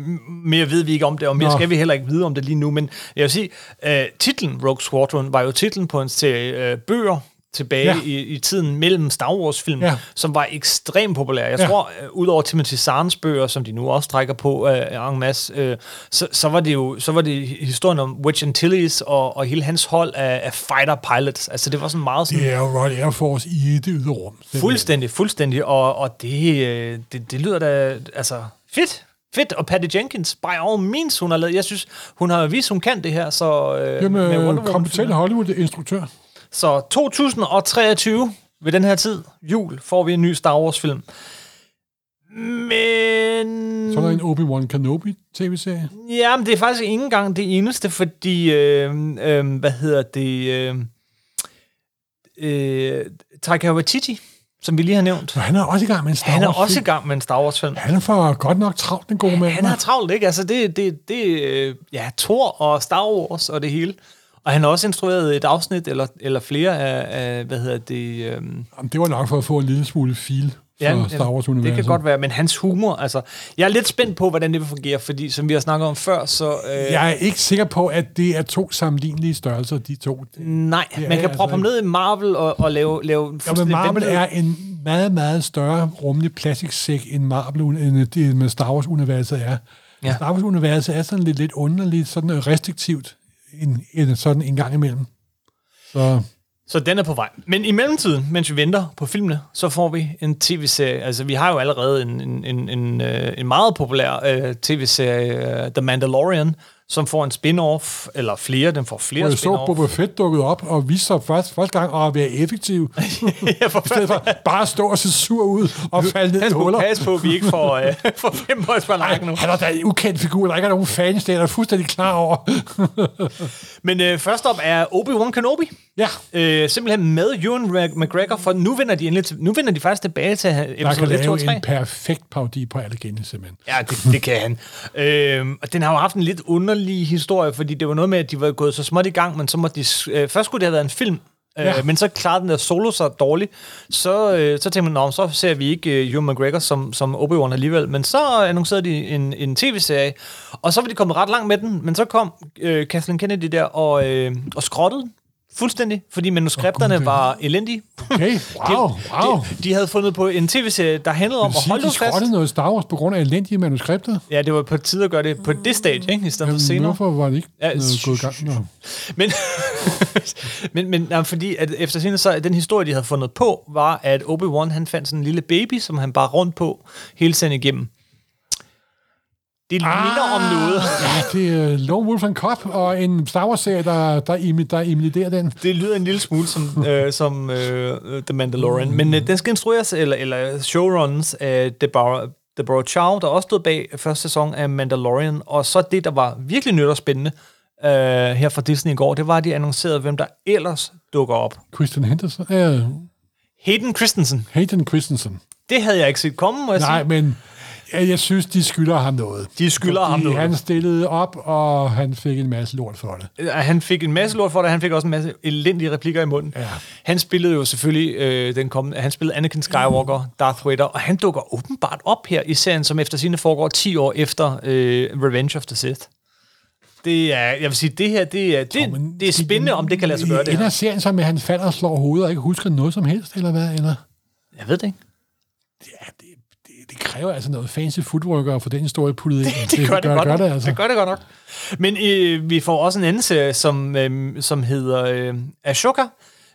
A: mere ved vi ikke om det, og mere Nå.
B: Nå.
A: skal vi heller ikke vide om det lige nu. Men jeg vil sige, øh, titlen Rogue Squadron var jo titlen på en serie øh, bøger, tilbage
B: Ja.
A: ja. i, i tiden mellem Star Wars-film,
B: Ja.
A: ja. som var ekstremt populære. Jeg
B: Ja.
A: ja. tror, øh, udover Timothy Sarns bøger, som de nu også trækker på øh, en masse, øh, så, så var det jo så var det historien om Wedge Antilles og, og hele hans hold af, af fighter pilots. Altså, det var sådan meget sådan...
B: Det er jo Royal Air Force i det ydre rum. Det er
A: Fuldstændig, fuldstændig. Og, og det, øh, det, det lyder da altså fedt. Fedt, og Patty Jenkins, by all means, hun har lavet. Jeg synes, hun har vist, hun kan det her, så... Øh,
B: det.
A: med Wonder
B: Jamen,
A: Woman-
B: kom til Hollywood-instruktør.
A: Så 2023, ved den her tid, jul, får vi en ny Star Wars-film. Men...
B: Så er der en Obi-Wan Kenobi-tv-serie.
A: Ja, men det er faktisk ikke engang det eneste, fordi, øh, øh, hvad hedder det, øh, øh, Taika Waititi, som vi lige har nævnt,
B: Så han er også i gang med en Star
A: han er
B: Wars
A: også i
B: film.
A: gang med en Star Wars-film.
B: Han er for godt nok travlt, den gode mand.
A: Han har travlt, ikke? Altså, det, det, det øh, ja, Thor og Star Wars og det hele. Og han har også instrueret et afsnit, eller, eller flere af, af, hvad hedder det... Øh,
B: Jamen, det var nok for at få en lille smule feel for ja, Star Wars-universet.
A: Det kan godt være, men hans humor, altså... Jeg er lidt spændt på, hvordan det vil fungere, fordi som vi har snakket om før, så... Øh, ja.
B: Jeg er ikke sikker på, at det er to sammenlignelige størrelser, de
A: Mm,
B: to.
A: Nej,
B: Ja,
A: man kan
B: altså
A: proppe ham
B: ikke.
A: ned i Marvel og, og lave, lave en
B: Ja, men
A: fuldstændig
B: Marvel
A: vanvittig-
B: er en meget, meget større rummelig plastiksæk, end Marvel end det med Star Wars-universet er. Ja.
A: Ja.
B: Star Wars-universet er sådan lidt, lidt underligt, sådan øh, restriktivt, en, en, sådan en gang imellem. Så
A: Så den er på vej. Men i mellemtiden, mens vi venter på filmene, så får vi en tv-serie. Altså, vi har jo allerede en, en, en, en, øh, en meget populær øh, tv-serie, øh, The Mandalorian, som får en spin-off, eller flere, den får flere
B: jeg så
A: spin-off.
B: Boba Fett dukket op og viste sig først, første gang at være effektiv,
A: ja, for
B: i stedet
A: fanden.
B: for bare at stå og se sur ud og falde ned i
A: Han
B: huller.
A: skulle passe på, at vi ikke får, øh, får fem års
B: Ej,
A: forlang nu.
B: han er da en ukendt figur, der ikke er nogen fans, der er fuldstændig klar over.
A: Men øh, først op er Obi-Wan Kenobi.
B: ja,
A: Øh, simpelthen med Ewan Mac- McGregor, for nu vender de, endelig til, nu vender de faktisk tilbage til øh,
B: der kan
A: episode 1, 2 og
B: lave
A: 3.
B: en perfekt parodi på alle gennem, simpelthen.
A: Ja, det, det kan han. Øhm, og den har jo haft en lidt underlig historie, fordi det var noget med, at de var gået så småt i gang, men så måtte de... s- Øh, først skulle det have været en film, øh,
B: Ja.
A: ja. men så klarede den der solo sig dårligt. Så, øh, så tænkte man, "Nå, men så ser vi ikke øh, Ewan McGregor som, som Obi-Wan alligevel. Men så annoncerede de en, en tv-serie, og så var de kommet ret langt med den, men så kom øh, Kathleen Kennedy der og, øh, og skrottede den fuldstændig, fordi manuskripterne
B: det-
A: var elendige.
B: Okay, wow, wow.
A: De, de havde fundet på en tv-serie, der handlede om
B: Vil
A: at
B: sige,
A: holde
B: de
A: nu fast.
B: skrottede noget Star Wars på grund af elendige manuskripter?
A: Ja, det var på tide at gøre det på det stage, ikke? I stedet for
B: Jamen,
A: senere.
B: hvorfor var det ikke
A: Ja,
B: ja, noget
A: sh-
B: gået i gang? Nå.
A: Men, men, men nej, fordi at efter senere, så den historie, de havde fundet på, var, at Obi-Wan, han fandt sådan en lille baby, som han bare rundt på hele serien igennem. Det
B: Ah.
A: minder om noget.
B: Ja, det er Lone Wolf and Cop og en Star Wars-serie, der, der, imi, der imiterer den.
A: Det lyder en lille smule som, øh, som øh, øh, The Mandalorian, men øh, den skal instrueres, eller, eller showruns af Deborah, Deborah Chow, der også stod bag første sæson af Mandalorian, og så det, der var virkelig nyt og spændende øh, her fra Disney i går, det var, at de annoncerede, hvem der ellers dukker op.
B: Christian Henderson. Uh,
A: Hayden Christensen.
B: Hayden Christensen.
A: Det havde jeg ikke set komme, må jeg
B: Nej,
A: sige.
B: men ja, jeg synes, Altså- de skylder ham noget.
A: De skylder ham
B: Fordi
A: noget.
B: Han
A: Han...
B: stillede op, og han fik en masse lort for det.
A: han fik en masse lort for det, han fik også en masse elendige replikker i munden.
B: Ja.
A: Han spillede jo selvfølgelig øh, den kommende, han spillede Anakin Skywalker, Darth Vader, og han dukker åbenbart op her i serien, som efter sine foregår 10 år efter øh, Revenge of the Sith. Det er, jeg vil sige, det her, det er, det,
B: men-
A: det er spændende, om det kan lade sig gøre det
B: Ender
A: her.
B: serien så med, at han falder og slår hovedet og ikke husker noget som helst, eller hvad? Eller?
A: Jeg ved det ikke.
B: Ja, det, det, det kræver altså noget fancy footwork at få den historie puttet ind.
A: det gør det, godt
B: gør
A: nok.
B: det altså.
A: det gør det godt nok. Men øh, vi får også en anden serie, som, øh, som hedder øh, Ashoka,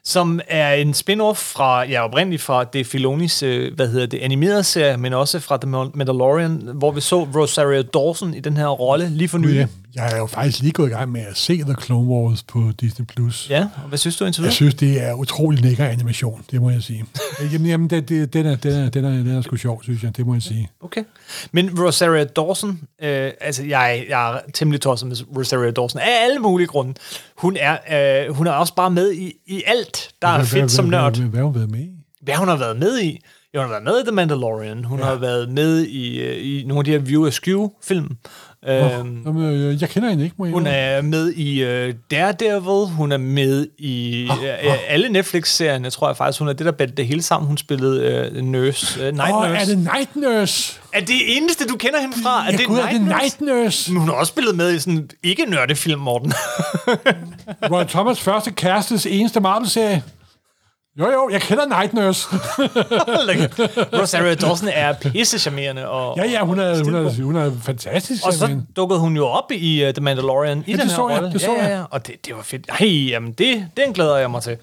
A: som er en spin-off fra, ja, oprindeligt fra det Filonis, øh, hvad hedder det, animerede serie, men også fra The Mandalorian, hvor vi så Rosario Dawson i den her rolle lige for nylig.
B: Ja, jeg er jo faktisk lige gået i gang med at se The Clone Wars på Disney+. Plus.
A: Ja, Altså- og hvad synes du indtil
B: Jeg
A: videre?
B: synes, det er utrolig lækker animation, det må jeg sige. Jamen, jamen det, det, den, er, den, er, den, er, den er sgu sjov, synes jeg, det må jeg sige.
A: Okay. Men Rosario Dawson, øh, altså jeg, jeg er temmelig tosset med Rosario Dawson, af alle mulige grunde. Hun er, øh, hun er også bare med i, i alt, der er
B: Hvad- hvad-
A: fedt som
B: hvad-
A: nørd.
B: Hvad hvad har hun været med i?
A: hvad hun har været med i. Jo, hun har været med i The Mandalorian. Hun ja. har været med i, øh, i nogle af de her View Askew film. Øhm,
B: Jamen, øh, jeg kender hende ikke, må jeg
A: hun
B: indrømme.
A: er med i øh, Daredevil. Hun er med i øh, øh, alle Netflix-serierne, tror jeg faktisk. Hun er det, der bandt det hele sammen. Hun spillede øh, Nurse. Øh, Night
B: Åh,
A: Nurse.
B: er det Night Nurse?
A: er det eneste, du kender hende fra? Er
B: Ja,
A: det
B: gud, er det
A: Nurse?
B: Night Nurse?
A: Men Hun har også spillet med i sådan ikke-nørdefilm, Morten.
B: Roy Thomas' første kærestes eneste Marvel-serie. Jo, jo, jeg kender Night Nurse.
A: Rosario Dawson er pisse charmerende. Og,
B: ja, ja, hun er, hun er, hun er fantastisk.
A: og så
B: simpelthen.
A: dukkede hun jo op i uh, The Mandalorian i
B: det
A: den her
B: så jeg,
A: rolle.
B: det så
A: ja, ja,
B: jeg.
A: ja. Og det, det var fedt. Ej, jamen det, den glæder jeg mig til.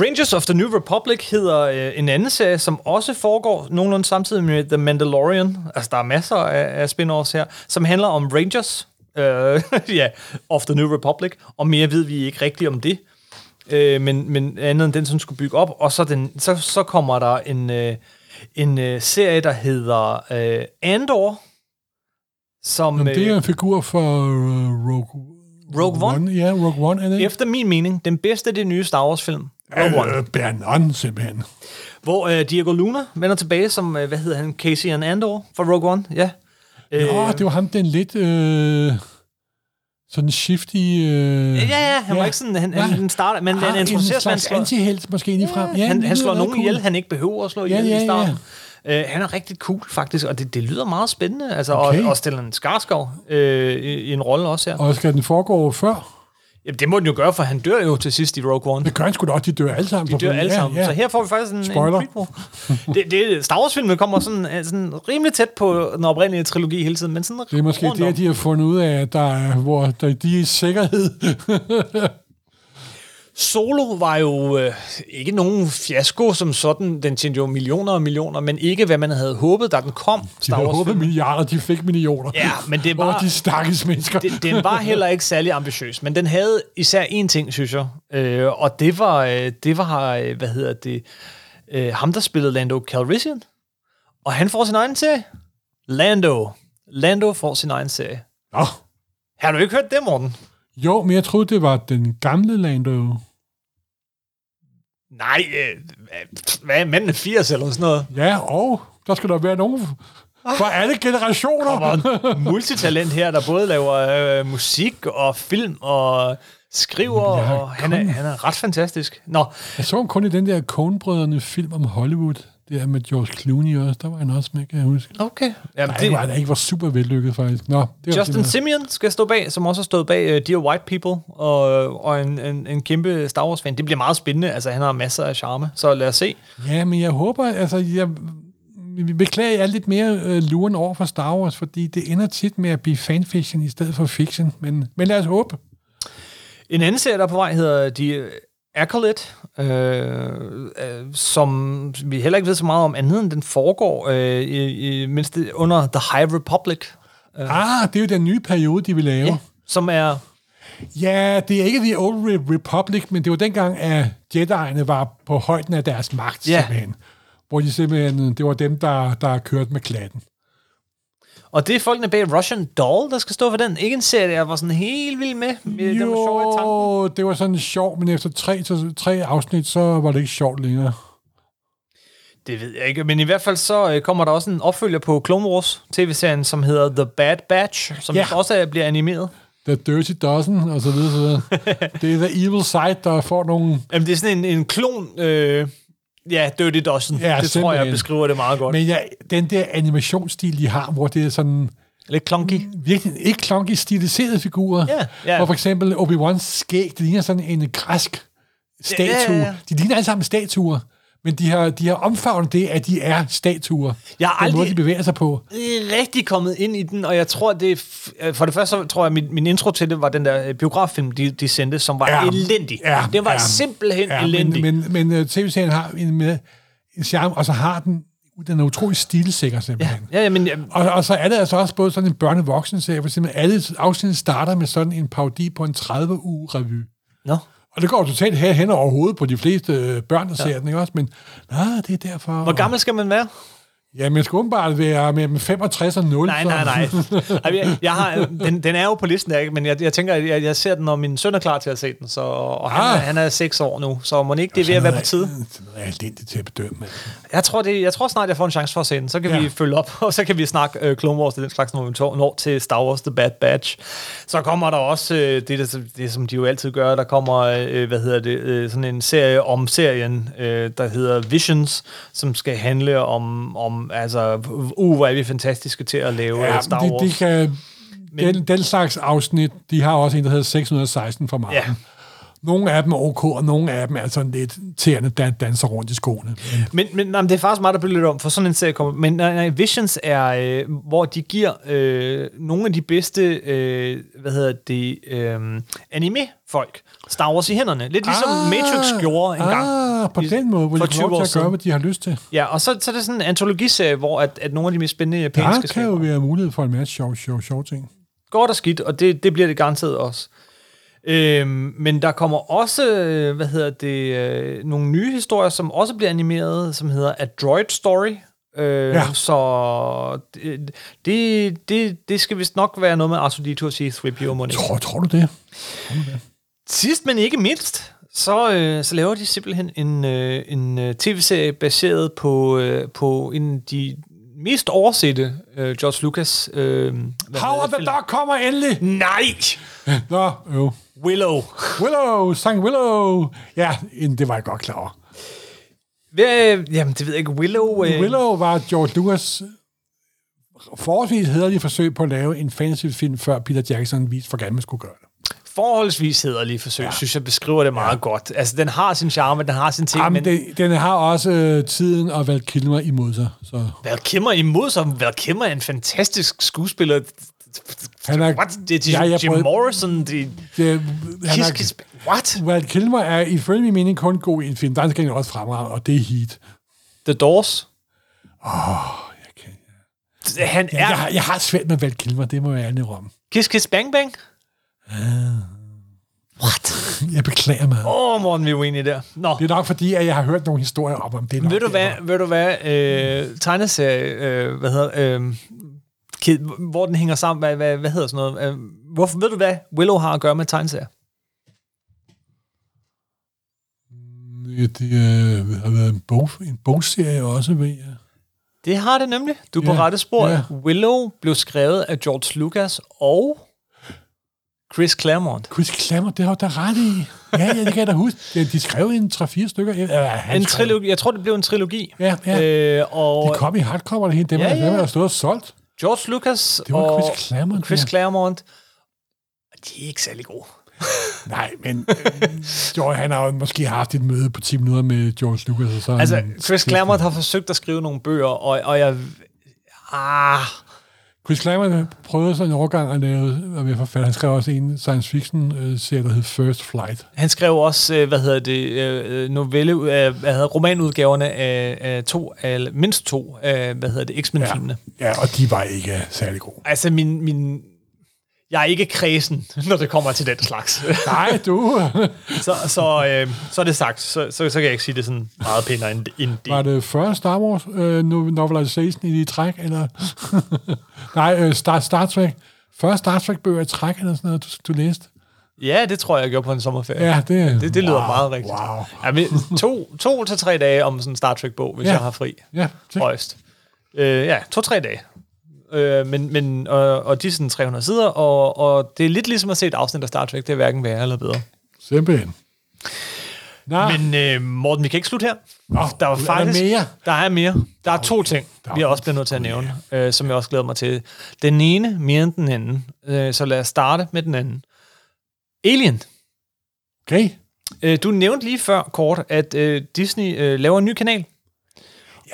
A: Rangers of the New Republic hedder uh, en anden serie, som også foregår nogenlunde samtidig med The Mandalorian. Altså, der er masser af, af spin-offs her, som handler om Rangers uh, ja, of the New Republic. Og mere ved vi ikke rigtigt om det. Øh, men, men andet end den, som skulle bygge op. Og så, den, så, så kommer der en, øh, en øh, serie, der hedder øh, Andor, som
B: Jamen, det
A: øh,
B: er en figur for øh, Rogue,
A: Rogue One?
B: Ja, Rogue One er det.
A: efter min mening, den bedste af de nye Star Wars-film. Rogue One.
B: Øh, Bernon, simpelthen.
A: Hvor øh, Diego Luna vender tilbage som, øh, hvad hedder han, Casey Andor fra Rogue One, ja. Øh,
B: Nå, det var ham, den lidt øh, sådan shifty... Øh,
A: Ja, ja, han var ikke sådan, han, han,
B: Nej.
A: han starter, men han introduceres,
B: Ah, en
A: man
B: slags antihelt måske indifra. Ja,
A: han,
B: det
A: han
B: lyder
A: slår
B: meget
A: nogen ihjel, han ikke behøver at slå ihjel
B: ja,
A: i
B: ja.
A: starten. Øh, han er rigtig cool, faktisk, og det, det lyder meget spændende. Altså, okay.
B: Okay.
A: og, og Stellan Skarsgård øh, i, i en rolle også her. Og,
B: Og skal den foregå før?
A: Jamen, det må den jo gøre, for han dør jo til sidst i Rogue One.
B: Det gør han sgu da også, de dør alle sammen.
A: De dør alle sammen.
B: Ja, ja.
A: Så her får vi faktisk en, en
B: Spoiler.
A: prequel. Det, det, Star Wars-filmen kommer sådan, øh, sådan rimelig tæt på den oprindelige trilogi hele tiden, men sådan
B: Det er måske
A: rundt
B: det,
A: om.
B: at de har fundet ud af, at der er, hvor der, de er i sikkerhed.
A: Solo var jo øh, ikke nogen fiasko som sådan. Den tjente jo millioner og millioner, men ikke hvad man havde håbet, da den kom.
B: De har håbet milliarder, de fik millioner.
A: Ja, men det var-
B: Og de stakkels mennesker. Det,
A: den, den var heller ikke særlig ambitiøs, men den havde især én ting, synes jeg. Øh, og det var, øh, det var øh, hvad hedder det, øh, ham, der spillede Lando Calrissian. Og han får sin egen serie. Lando. Lando får sin egen serie.
B: Nå.
A: Har du ikke hørt det, Morten?
B: Jo, men jeg troede, det var den gamle Lando.
A: Nej, øh, hvad- hvad er manden er 80 eller sådan noget?
B: Ja, og der skal der være nogen for alle generationer.
A: Og en multitalent her, der både laver øh, musik og film og skriver,
B: Jamen, jeg har
A: og han er, han er ret fantastisk. Nå,
B: Jeg så ham kun i den der Coen-brødrene film om Hollywood. Det er med George Clooney også. Der var han også med, kan jeg huske.
A: okay. Jamen,
B: Nej, det
A: det,
B: var, det ikke var super vellykket, faktisk. Nå, det var
A: Justin
B: det der.
A: Simeon skal stå bag, som også har stået bag uh, Dear White People, og, og en, en, en kæmpe Star Wars-fan. Det bliver meget spændende, altså han har masser af charme, så lad os se.
B: Ja, men jeg håber, altså, jeg, vi beklager, jeg er lidt mere øh, luren over for Star Wars, fordi det ender tit med at blive fanfiction i stedet for fiction. Men, men lad os håbe.
A: En anden serie, der er på vej, hedder The Acolyte, øh, øh, som vi heller ikke ved så meget om andet, end den foregår, øh, i, i, mindst under The High Republic,
B: Ah, det er jo den nye periode, de vil lave.
A: ja. som er
B: Ja, det er ikke The Old Re- Republic, men det var dengang, at Jedi'erne var på højden af deres magt,
A: Ja.
B: yeah. simpelthen. Hvor de simpelthen, det var dem, der, der kørte med klatten.
A: Og det er folkene bag Russian Doll, der skal stå for den. Ikke en serie, jeg var sådan helt vild med. Det var sjovt i tanken.
B: Jo, det var sådan sjovt, men efter tre, så, tre afsnit, så var det ikke sjovt længere.
A: Det ved jeg ikke, men i hvert fald så øh, kommer der også en opfølger på Clone Wars tv-serien, som hedder The Bad Batch, som
B: Ja.
A: yeah. også er- bliver animeret.
B: The Dirty Dozen, og så videre, så videre. det er The Evil Side, der får nogle...
A: Jamen, det er sådan en, en klon... Øh, ja, Dirty Dozen.
B: Ja,
A: det tror jeg
B: simpelthen.
A: beskriver det meget godt. Men,
B: Men ja, den der animationsstil, de har, hvor det er sådan
A: Lidt klonky.
B: virkelig ikke klonke stiliserede figurer.
A: Ja, ja.
B: Hvor for eksempel Obi-Wans skæg, det ligner sådan en græsk statue.
A: Ja,
B: Ja,
A: ja,
B: ja,
A: ja.
B: De ligner alle sammen statuer, men de har, de har omfavnet det, at de er statuer.
A: Jeg har
B: den
A: aldrig-
B: måde, de bevæger sig på.
A: rigtig kommet ind i den, og jeg tror, det... er f- øh, For det første, så tror jeg, min, min intro til det var den der øh, biograffilm, de, de sendte, som var ja, elendig.
B: Ja,
A: det var
B: ja,
A: simpelthen
B: ja,
A: elendig.
B: Men, men, men øh, tv-serien har en, med, en charme, og så har den, den er utrolig stilsikker simpelthen. Ja.
A: ja, ja, men, øh,
B: Og, og så er det altså også både sådan en børne-voksen-serie, for eksempel alle afsnit starter med sådan en parodi på en 30-uge-revy.
A: Nå.
B: Og det går totalt her hen over hovedet på de fleste øh, børn, der ja. ser den, ikke også? Men nej, det er derfor...
A: Hvor gammel skal man være?
B: Ja, man skal åbenbart være mellem 65 og 0.
A: Nej,
B: så-
A: nej, nej. Ej, Jeg, jeg har, den, den er jo på listen, ikke? men jeg, jeg tænker, at jeg, jeg ser den, når min søn er klar til at se den. Så, og han,
B: Ah.
A: ah. han er seks år nu, så må det ikke det er ved at være på tide.
B: Sådan noget er elendigt til at bedømme. altså.
A: Jeg tror, det, jeg tror snart, jeg får en chance for at se den. Så kan ja.
B: Ja.
A: vi følge op, og så kan vi snakke øh, Clone Wars og den slags, når vi to- når til Star Wars The Bad Batch. Så kommer der også øh, det, der, det, som de jo altid gør. Der kommer, øh, hvad hedder det, øh, sådan en serie om serien, øh, der hedder Visions, som skal handle om, om altså, uh, hvor er vi fantastiske til at lave ja,
B: Ja,
A: Star
B: det,
A: Wars.
B: det kan...
A: Men-
B: Den, den slags afsnit, de har også en, der hedder 616 for meget.
A: Ja.
B: Nogle af dem er ok, og nogle af dem er sådan lidt tæerne, der danser rundt i skoene. Men
A: Men, men nej, men det er faktisk meget, der bliver lidt om, for sådan en serie kommer. Men nej, nej, Visions er, øh, hvor de giver øh, nogle af de bedste, øh, hvad hedder det, øh, anime-folk Star Wars i hænderne. Lidt ligesom ah, Matrix gjorde en
B: ah,
A: gang.
B: på
A: i-
B: den måde, hvor
A: for
B: de får
A: 20 år
B: lov til at
A: siden.
B: gøre, hvad de har lyst til.
A: Ja, og så, så er det sådan en antologiserie, hvor at, at nogle af de mest spændende
B: Der
A: japanske
B: kan jo
A: skaber
B: være mulighed for en masse sjov, sjov, sjov ting.
A: går der skidt, og det, det bliver det garanteret også. Øhm, men der kommer også, øh, hvad hedder det, øh, nogle nye historier, som også bliver animeret, som hedder A Droid Story. Øh,
B: Ja.
A: ja. Så det, det, det, det skal vist nok være noget med Arthur D2 og C-3PO må
B: Tror, tror du det?
A: Sidst, men ikke mindst, så, øh, så laver de simpelthen en, øh, en øh, tv-serie baseret på, øh, på en af de mest oversette øh, George Lucas... Øh, hvad hedder
B: Howard the
A: film?
B: Dog kommer endelig!
A: Nej!
B: Nå, jo.
A: Willow.
B: Willow, sang Willow. Ja, en- det var jeg godt klar over.
A: Hvad, jamen, det ved jeg ikke. Willow... Øh,
B: Willow var George Lucas forholdsvis hederlige forsøg på at lave en fantasyfilm, før Peter Jackson viste, hvordan man skulle gøre det.
A: Forholdsvis hederlige forsøg, ja. synes jeg beskriver det meget ja. godt. Altså, den har sin charme, den har sin ting,
B: Jamen,
A: men... Det...
B: den, den har også øh, tiden og Val Kilmer imod sig. Så
A: Val Kimmer imod sig. Val Kimmer er en fantastisk skuespiller.
B: han er,
A: What? Det er de, ja,
B: jeg
A: Jim
B: prøvede-
A: Morrison, det
B: det, han
A: Kiss,
B: er,
A: kiss, What?
B: Val Kilmer er ifølge min mening kun god i en film. Der er han til gengæld også fremragende, og det er Heat.
A: The Doors.
B: Jeg, kan,
A: Han
B: ja. jeg,
A: er...
B: har- jeg har svært med Val Kilmer, det må jeg ærlig om.
A: Kiss, kiss, bang, bang. What?
B: Jeg beklager mig.
A: Åh, oh, Morten, vi er uenige der. Nå,
B: Det er nok fordi, at jeg har hørt nogle historier om, om det. er nok
A: ved du hvad,
B: derfor.
A: ved du hvad øh, tegneserie, øh, hvad hedder, øh, ked- hvor den hænger sammen, hvad, hvad, hvad hedder sådan noget, øh, hvorfor, ved du hvad Willow har at gøre med tegneserier?
B: Ja, det øh, har været en, bog, en bogserie også, ved jeg.
A: Det har det nemlig. Du er på
B: Ja,
A: rette spor.
B: ja.
A: Willow blev skrevet af George Lucas og Chris Claremont.
B: Chris Klammer, det har du da ret i. Ja, ja, det kan jeg da huske. Ja, De skrev en 3-4 stykker. Ja, han
A: En
B: skrev-
A: trilogi, jeg tror, det blev en trilogi.
B: Ja, ja.
A: Øh, og
B: De kom i hardcover, det hele. Dem,
A: Ja,
B: ja, ja.
A: ja.
B: dem er der stået og solgt.
A: George Lucas
B: Det var
A: og
B: Chris Claremont,
A: Chris
B: ja.
A: Claremont. De er ikke særlig gode.
B: Nej, men øh, jo, han har jo måske haft et møde på 10 minutter med George Lucas. Og så
A: Altså,
B: han,
A: Chris Claremont har forsøgt at skrive nogle bøger, og, og jeg... Ah,
B: Chris Klammer prøvede sådan en overgang at lave, at være forfatter. Han skrev også en science fiction-serie, der hed First Flight.
A: han skrev også, øh, hvad hedder det, øh, novelle, øh, hvad hedder romanudgaverne af, af to, af, mindst to, af, hvad hedder det, X-Men-filmene. Ja.
B: ja, og de var ikke øh, særlig gode.
A: Altså, min, min, jeg er ikke kredsen, når det kommer til den slags.
B: Nej, du.
A: så, så, øh, så er det sagt. Så, så, så kan jeg ikke sige det sådan meget pænere end, end det.
B: Var det før Star Wars øh, no- novelisation i de træk, eller... Nej, øh, Star, Star Trek. Før Star Trek-bøger i træk, eller sådan noget, du, du læste.
A: Ja, det tror jeg, jeg gjorde på en sommerferie.
B: Ja, det...
A: Det, det lyder
B: wow,
A: meget rigtigt.
B: Wow.
A: Ja, men to, to til tre dage om sådan en Star Trek-bog, hvis
B: Ja.
A: ja. jeg har fri.
B: Ja, det,
A: højst. Øh, ja, to-tre dage. Øh, men, men, og, og de er sådan 300 sider, og, og det er lidt ligesom at se et afsnit af Star Trek. Det er hverken værre eller bedre.
B: simpelthen. Nå, Men,
A: Men øh, Morten, vi kan ikke slutte her.
B: Nå,
A: der
B: Ah. er
A: er
B: der
A: faktisk...
B: mere?
A: Der er mere. Der er to ting,
B: Der
A: vi
B: er-
A: også bliver nødt til at nævne, øh, som jeg også glæder mig til. Den ene mere end den anden. Øh, så lad os starte med den anden. Alien.
B: okay.
A: Øh, du nævnte lige før kort, at øh, Disney øh, laver en ny kanal.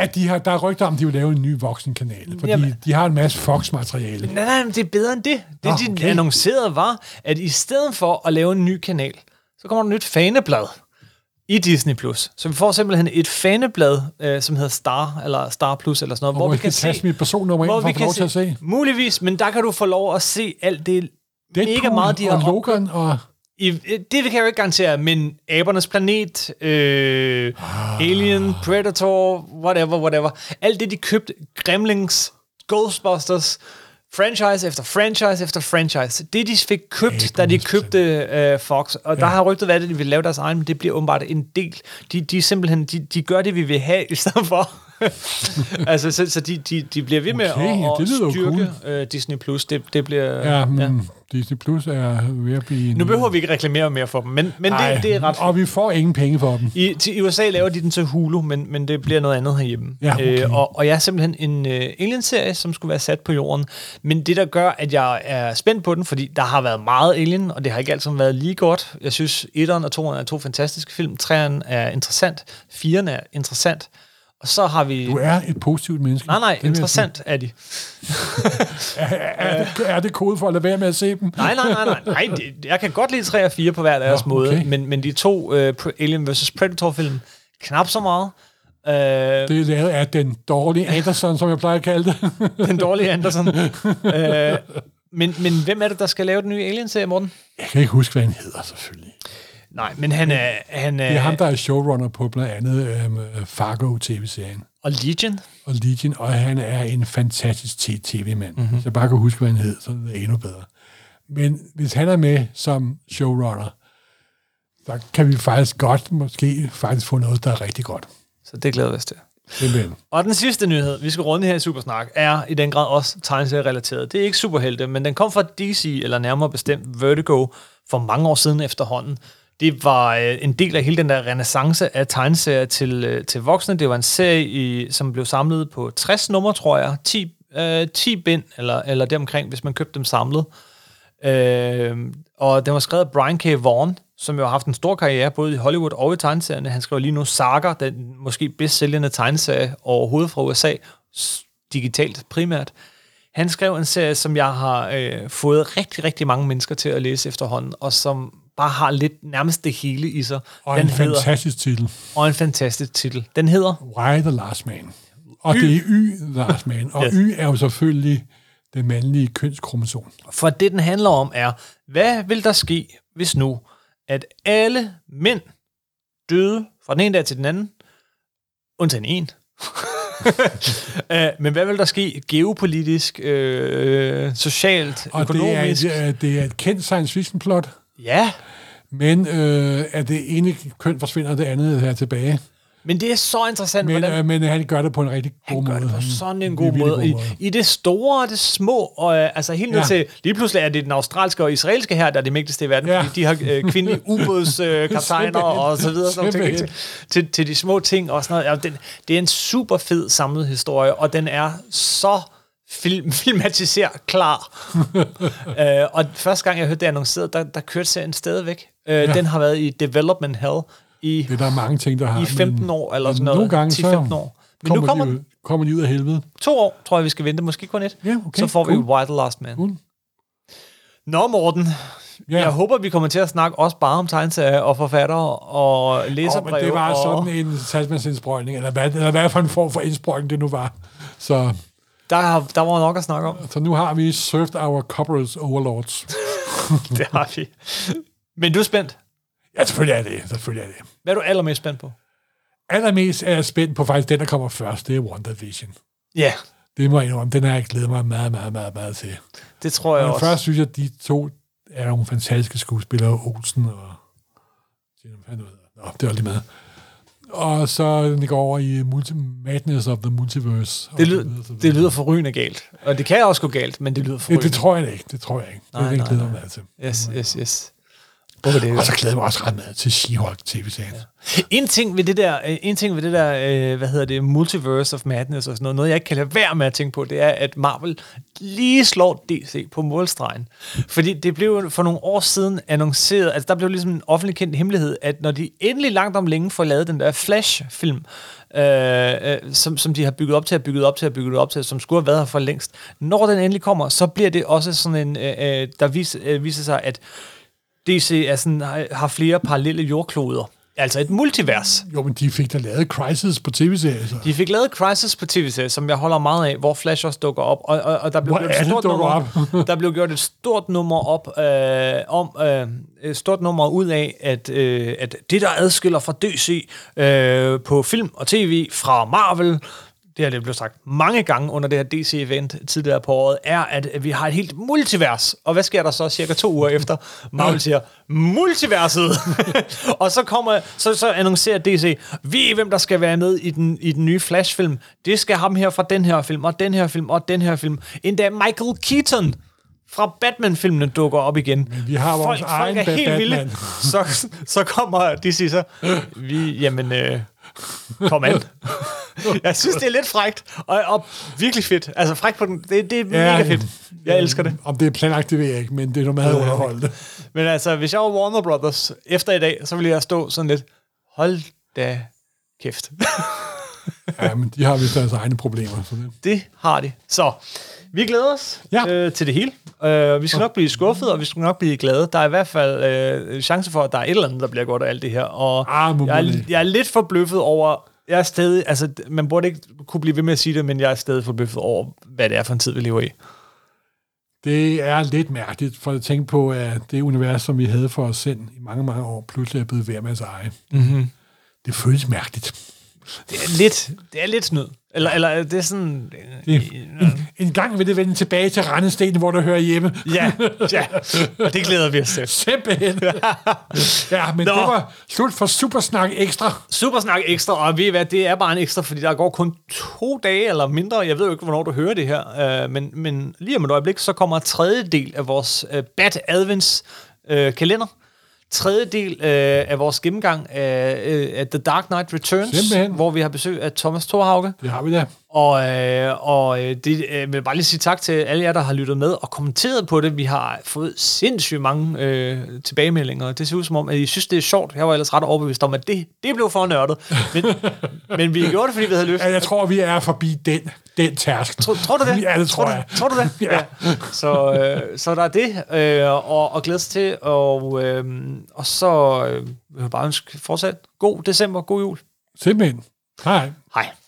B: Ja, de har, der er rygter om, at de vil lave en ny voksenkanal, fordi Jamen.
A: Jamen.
B: de har en masse Fox-materiale.
A: Nej, nej, men det er bedre end det. Det,
B: Nå,
A: ah, de
B: okay.
A: okay. annoncerede, var, at i stedet for at lave en ny kanal, så kommer der et nyt faneblad i Disney+. Plus. Så vi får simpelthen et faneblad, øh, som hedder Star, eller Star Plus, eller sådan noget,
B: Hvor,
A: hvor vi
B: jeg
A: kan
B: kan
A: se...
B: tage mit personnummer ind,
A: Hvor
B: for
A: vi
B: at få
A: kan
B: lov til at se.
A: Muligvis, men der kan du få lov at se alt det, det mega meget, de
B: og
A: har...
B: Logan og...
A: I, øh, det kan jeg jo ikke garantere, men Abernes Planet, øh,
B: Ah.
A: Alien, Predator, whatever, whatever. Alt det, de købte, Gremlings, Ghostbusters, franchise efter franchise efter franchise. Det, de fik købt, da de
B: Abernes
A: købte øh, Fox, og ja. der har rygtet været, at de ville lave deres egen, men det bliver åbenbart en del. De, de er simpelthen, de, de gør det, vi vil have, i stedet for altså, så, så de, de, de bliver ved med
B: Okay,
A: at, at
B: det lyder jo
A: styrke cool. Disney+. Plus. Det, det bliver...
B: Ja, men ja. Disney Plus er ved at blive...
A: Nu behøver vi ikke reklamere mere for dem, men, men det, det er ret
B: Og vi får ingen penge for dem.
A: I, til, I USA laver de den til Hulu, men, men det bliver noget andet herhjemme.
B: Ja, okay.
A: øh, og, og jeg er simpelthen en øh, Alien-serie, som skulle være sat på jorden. Men det, der gør, at jeg er spændt på den, fordi der har været meget Alien, og det har ikke altid været lige godt. Jeg synes, 1'eren og 2'eren er to fantastiske film. 3'eren er interessant. 4'eren er interessant. Og så har vi...
B: Du er et positivt menneske.
A: Nej, nej,
B: Det vil jeg
A: interessant er de.
B: sige. Er, er, det, er det kode for at lade være med at se dem?
A: Nej, nej, nej, nej. nej det, jeg kan godt lide 3 og 4 på hver deres
B: Nå,
A: måde,
B: okay.
A: men, men de to øh, Pre- Alien vs. Predator-film, knap så meget. Øh,
B: Det er lavet af den dårlige Anderson, som jeg plejer at kalde det.
A: den dårlige Anderson. øh, men, men hvem er det, der skal lave den nye Alien-serie, Morten?
B: Jeg kan ikke huske, hvad han hedder, selvfølgelig.
A: Nej, men han er... Han er,
B: Det er ham, der er showrunner på blandt andet øhm, Fargo-tv-serien
A: Og Legion.
B: og Legion, og han er en fantastisk t- tv-mand.
A: Mhm.
B: Mm-hmm. Hvis jeg bare kan huske, hvad han hed, så er det endnu bedre. Men hvis han er med som showrunner, så kan vi faktisk godt, måske faktisk få noget, der er rigtig godt.
A: Så det glæder vi os til.
B: Simpelthen.
A: Og den sidste nyhed, vi skal runde her i Supersnak, er i den grad også tegneserierelateret. Det er ikke superhelte, men den kom fra DC, eller nærmere bestemt Vertigo, for mange år siden efterhånden. Det var øh, en del af hele den der renaissance af tegneserier til, øh, til voksne. Det var en serie, i, som blev samlet på 60 numre, tror jeg. 10, øh, 10 bind, eller, eller deromkring, hvis man købte dem samlet. Øh, og den var skrevet af Brian K. Vaughan, som jo har haft en stor karriere både i Hollywood og i tegneserierne. Han skriver lige nu Saga, den måske bedst sælgende tegneserie overhovedet fra USA, s- digitalt primært. Han skrev en serie, som jeg har øh, fået rigtig, rigtig mange mennesker til at læse efterhånden, og som bare har lidt nærmest det hele i sig.
B: Og
A: den
B: en
A: hedder,
B: fantastisk titel.
A: og en fantastisk titel. Den hedder
B: Why the Last Man. Og det er Y, Last Man. Og
A: Yes.
B: Y er jo selvfølgelig det mandlige kønskromosom.
A: For det, den handler om, er, hvad vil der ske, hvis nu, at alle mænd døde fra den ene dag til den anden, undtagen en. Øh, Men hvad vil der ske geopolitisk, øh, socialt,
B: Og det er,
A: økonomisk?
B: et, øh, det er et kendt science fiction plot,
A: Ja,
B: men øh, at det ene køn forsvinder, og det andet er tilbage.
A: men det er så interessant,
B: Men,
A: hvordan
B: øh, men han gør det på en rigtig god
A: Han gør
B: måde.
A: det på sådan en
B: en
A: god
B: virkelig
A: måde.
B: god
A: I,
B: måde.
A: I det store og det små, og øh, altså helt ned
B: Ja.
A: til, lige pludselig er det den australske og israelske her, der er det mægtigste i verden, ja.
B: Ja.
A: fordi de har øh, kvindelige ubådskaptajner øh,
B: Simpelthen.
A: og så videre, sådan nogle ting, til,
B: Simpelthen.
A: til, til de små ting og sådan noget. Ja, den, det er en super fed samlet historie, og den er så film, filmatiser klar. øh, og første gang, jeg hørte det annonceret, der, der kørte serien stadigvæk. Øh, ja. Den har været i development hell i,
B: Det er der er mange ting, der har.
A: i
B: men-
A: 15 år, eller
B: men
A: sådan noget.
B: Nogle gange
A: 10-15
B: så
A: år. Men
B: kommer,
A: nu kommer
B: de,
A: den.
B: ud- kommer de ud af helvede.
A: To år, tror jeg, vi skal vente. Måske kun et.
B: Ja, okay,
A: så får vi
B: cool.
A: Wild Last Man.
B: Cool.
A: Nå, Morten.
B: Ja.
A: Jeg håber, vi kommer til at snakke også bare om tegneserier og forfattere og
B: Åh, men
A: læserbreve.
B: det var
A: og...
B: sådan en salgsmandsindsprøjtning, eller hvad, eller hvad for en form for indsprøjtning det nu var. Så,
A: Der, har- der var nok at snakke om.
B: så nu har vi served our corporate overlords.
A: det har vi. Men du er spændt.
B: Ja, selvfølgelig er det. Selvfølgelig er det.
A: Hvad er du allermest spændt på?
B: Allermest er jeg spændt på faktisk den, der kommer først. Det er WandaVision.
A: Ja,
B: Det må jeg indrømme. Den har jeg glædet mig meget, meget, meget, meget til.
A: det tror jeg
B: Men
A: også.
B: først synes jeg, at de to er nogle fantastiske skuespillere, Olsen og... Hvad fanden hedder han? Nå, det var lige med. Og så den går over i multi- Madness of the Multiverse. og
A: Det,
B: så
A: lyder,
B: videre, så videre.
A: det lyder forrygende galt. Og det kan også gå galt, men det lyder
B: det, det
A: forrygende.
B: tror jeg da ikke. Det tror jeg ikke. Det
A: Nej,
B: er det, jeg
A: nej,
B: glæder mig meget til.
A: Yes, yes, yes. Håber, det er
B: Og så glæder jeg mig også ret meget til She-Hulk tv-serien. Ja.
A: En ting ved det der, øh, en ting ved det der øh, hvad hedder det, multiverse of madness og sådan noget, noget jeg ikke kan lade være med at tænke på, det er, at Marvel lige slår DC på målstregen. Fordi det blev jo for nogle år siden annonceret, altså der blev ligesom en offentlig kendt hemmelighed, at når de endelig langt om længe får lavet den der Flash-film, øh, øh, som, som de har bygget op til, og bygget op til, og bygget op til, som skulle have været her for længst, når den endelig kommer, så bliver det også sådan en, øh, øh, der vis, øh, viser sig, at DC er sådan, har- har flere parallelle jordkloder. Altså et multivers.
B: Jo, men de fik da lavet Crisis på tv-serien. Så.
A: De fik lavet Crisis på tv-serie, som jeg holder meget af, hvor Flash også dukker op. Og, og, og der blev
B: Hvor
A: gjort
B: er
A: et
B: det,
A: stort
B: dukker
A: nummer, der blev gjort et stort nummer op øh, om øh, et stort nummer ud af, at, øh, at det, der adskiller fra DC øh, på film og tv fra Marvel, det her det blev sagt mange gange under det her DC-event tidligere på året, er, at vi har et helt multivers. Og hvad sker der så cirka to uger efter? Marvel siger, multiverset! og så, kommer, så, så annoncerer DC, vi hvem der skal være med i den, i den nye Flash-film. Det skal ham her fra den her film, og den her film, og den her film. Endda Michael Keaton fra Batman-filmene dukker op igen.
B: vi har vores egen
A: folk er helt
B: Batman.
A: vilde. Så, så kommer DC så, vi, jamen, øh, kom an. Jeg synes, det er lidt frækt, og, og virkelig fedt. Altså frækt på den, det, det er mega fedt. Jeg elsker det.
B: Om det er planlagt, det ved jeg ikke, men det er noget meget underholdende.
A: Men altså, hvis jeg var Warner Brothers efter i dag, så ville jeg stå sådan lidt, hold da kæft.
B: Ja, men de har vist deres egne problemer. Så det.
A: Det har de. Så, vi glæder os
B: Ja.
A: øh, til det hele. Øh, vi skal nok blive skuffet, og vi skal nok blive glade. Der er i hvert fald øh, chance for, at der er et eller andet, der bliver godt af alt det her. Og
B: Ah, må
A: jeg, er,
B: man-
A: jeg er lidt forbløffet over... Jeg er stadig... Altså, d- man burde ikke kunne blive ved med at sige det, men jeg er stadig forbløffet over, hvad det er for en tid, vi lever i.
B: det er lidt mærkeligt, for at tænke på, at det univers, som vi havde for os selv i mange, mange år, pludselig er blevet hver med eje. Mm-hmm. Det føles mærkeligt.
A: Det er lidt, det er lidt snyd. Eller, eller det er sådan... øh,
B: Det, en, en gang vil det vende tilbage til Randestenen, hvor der hører hjemme.
A: Ja, ja. Og det glæder vi os til.
B: Simpelthen. ja, men
A: Nå.
B: Nå. det var slut for Supersnak Ekstra.
A: Supersnak ekstra, og ved I hvad, det er bare en ekstra, fordi der går kun to dage eller mindre. Jeg ved jo ikke, hvornår du hører det her, øh, men, men lige om et øjeblik, så kommer tredje del af vores øh, Bat Advents øh, kalender. Tredje del øh, af vores gennemgang af, øh, af The Dark Knight Returns,
B: Simpelthen.
A: hvor vi har besøg af Thomas Thorhauge.
B: Det har vi da.
A: Og, øh, og øh, det øh, vil jeg bare lige sige tak til alle jer, der har lyttet med og kommenteret på det. Vi har fået sindssygt mange øh, tilbagemeldinger. Det ser ud som om, at I synes, det er sjovt. Jeg var ellers ret overbevist om, at det, det blev for nørdet. Men, men vi gjorde det, fordi vi havde lyst.
B: Ja, jeg tror, vi er forbi den, den tærsk.
A: Tror, tror du det?
B: Ja, det tror,
A: du-
B: jeg.
A: Tror du det?
B: Ja.
A: Så, øh, så der er det, øh, og, og glædes til. Og, øh, og så øh, vil jeg bare ønske fortsat god december, god jul.
B: Simpelthen. Hej.
A: Hej.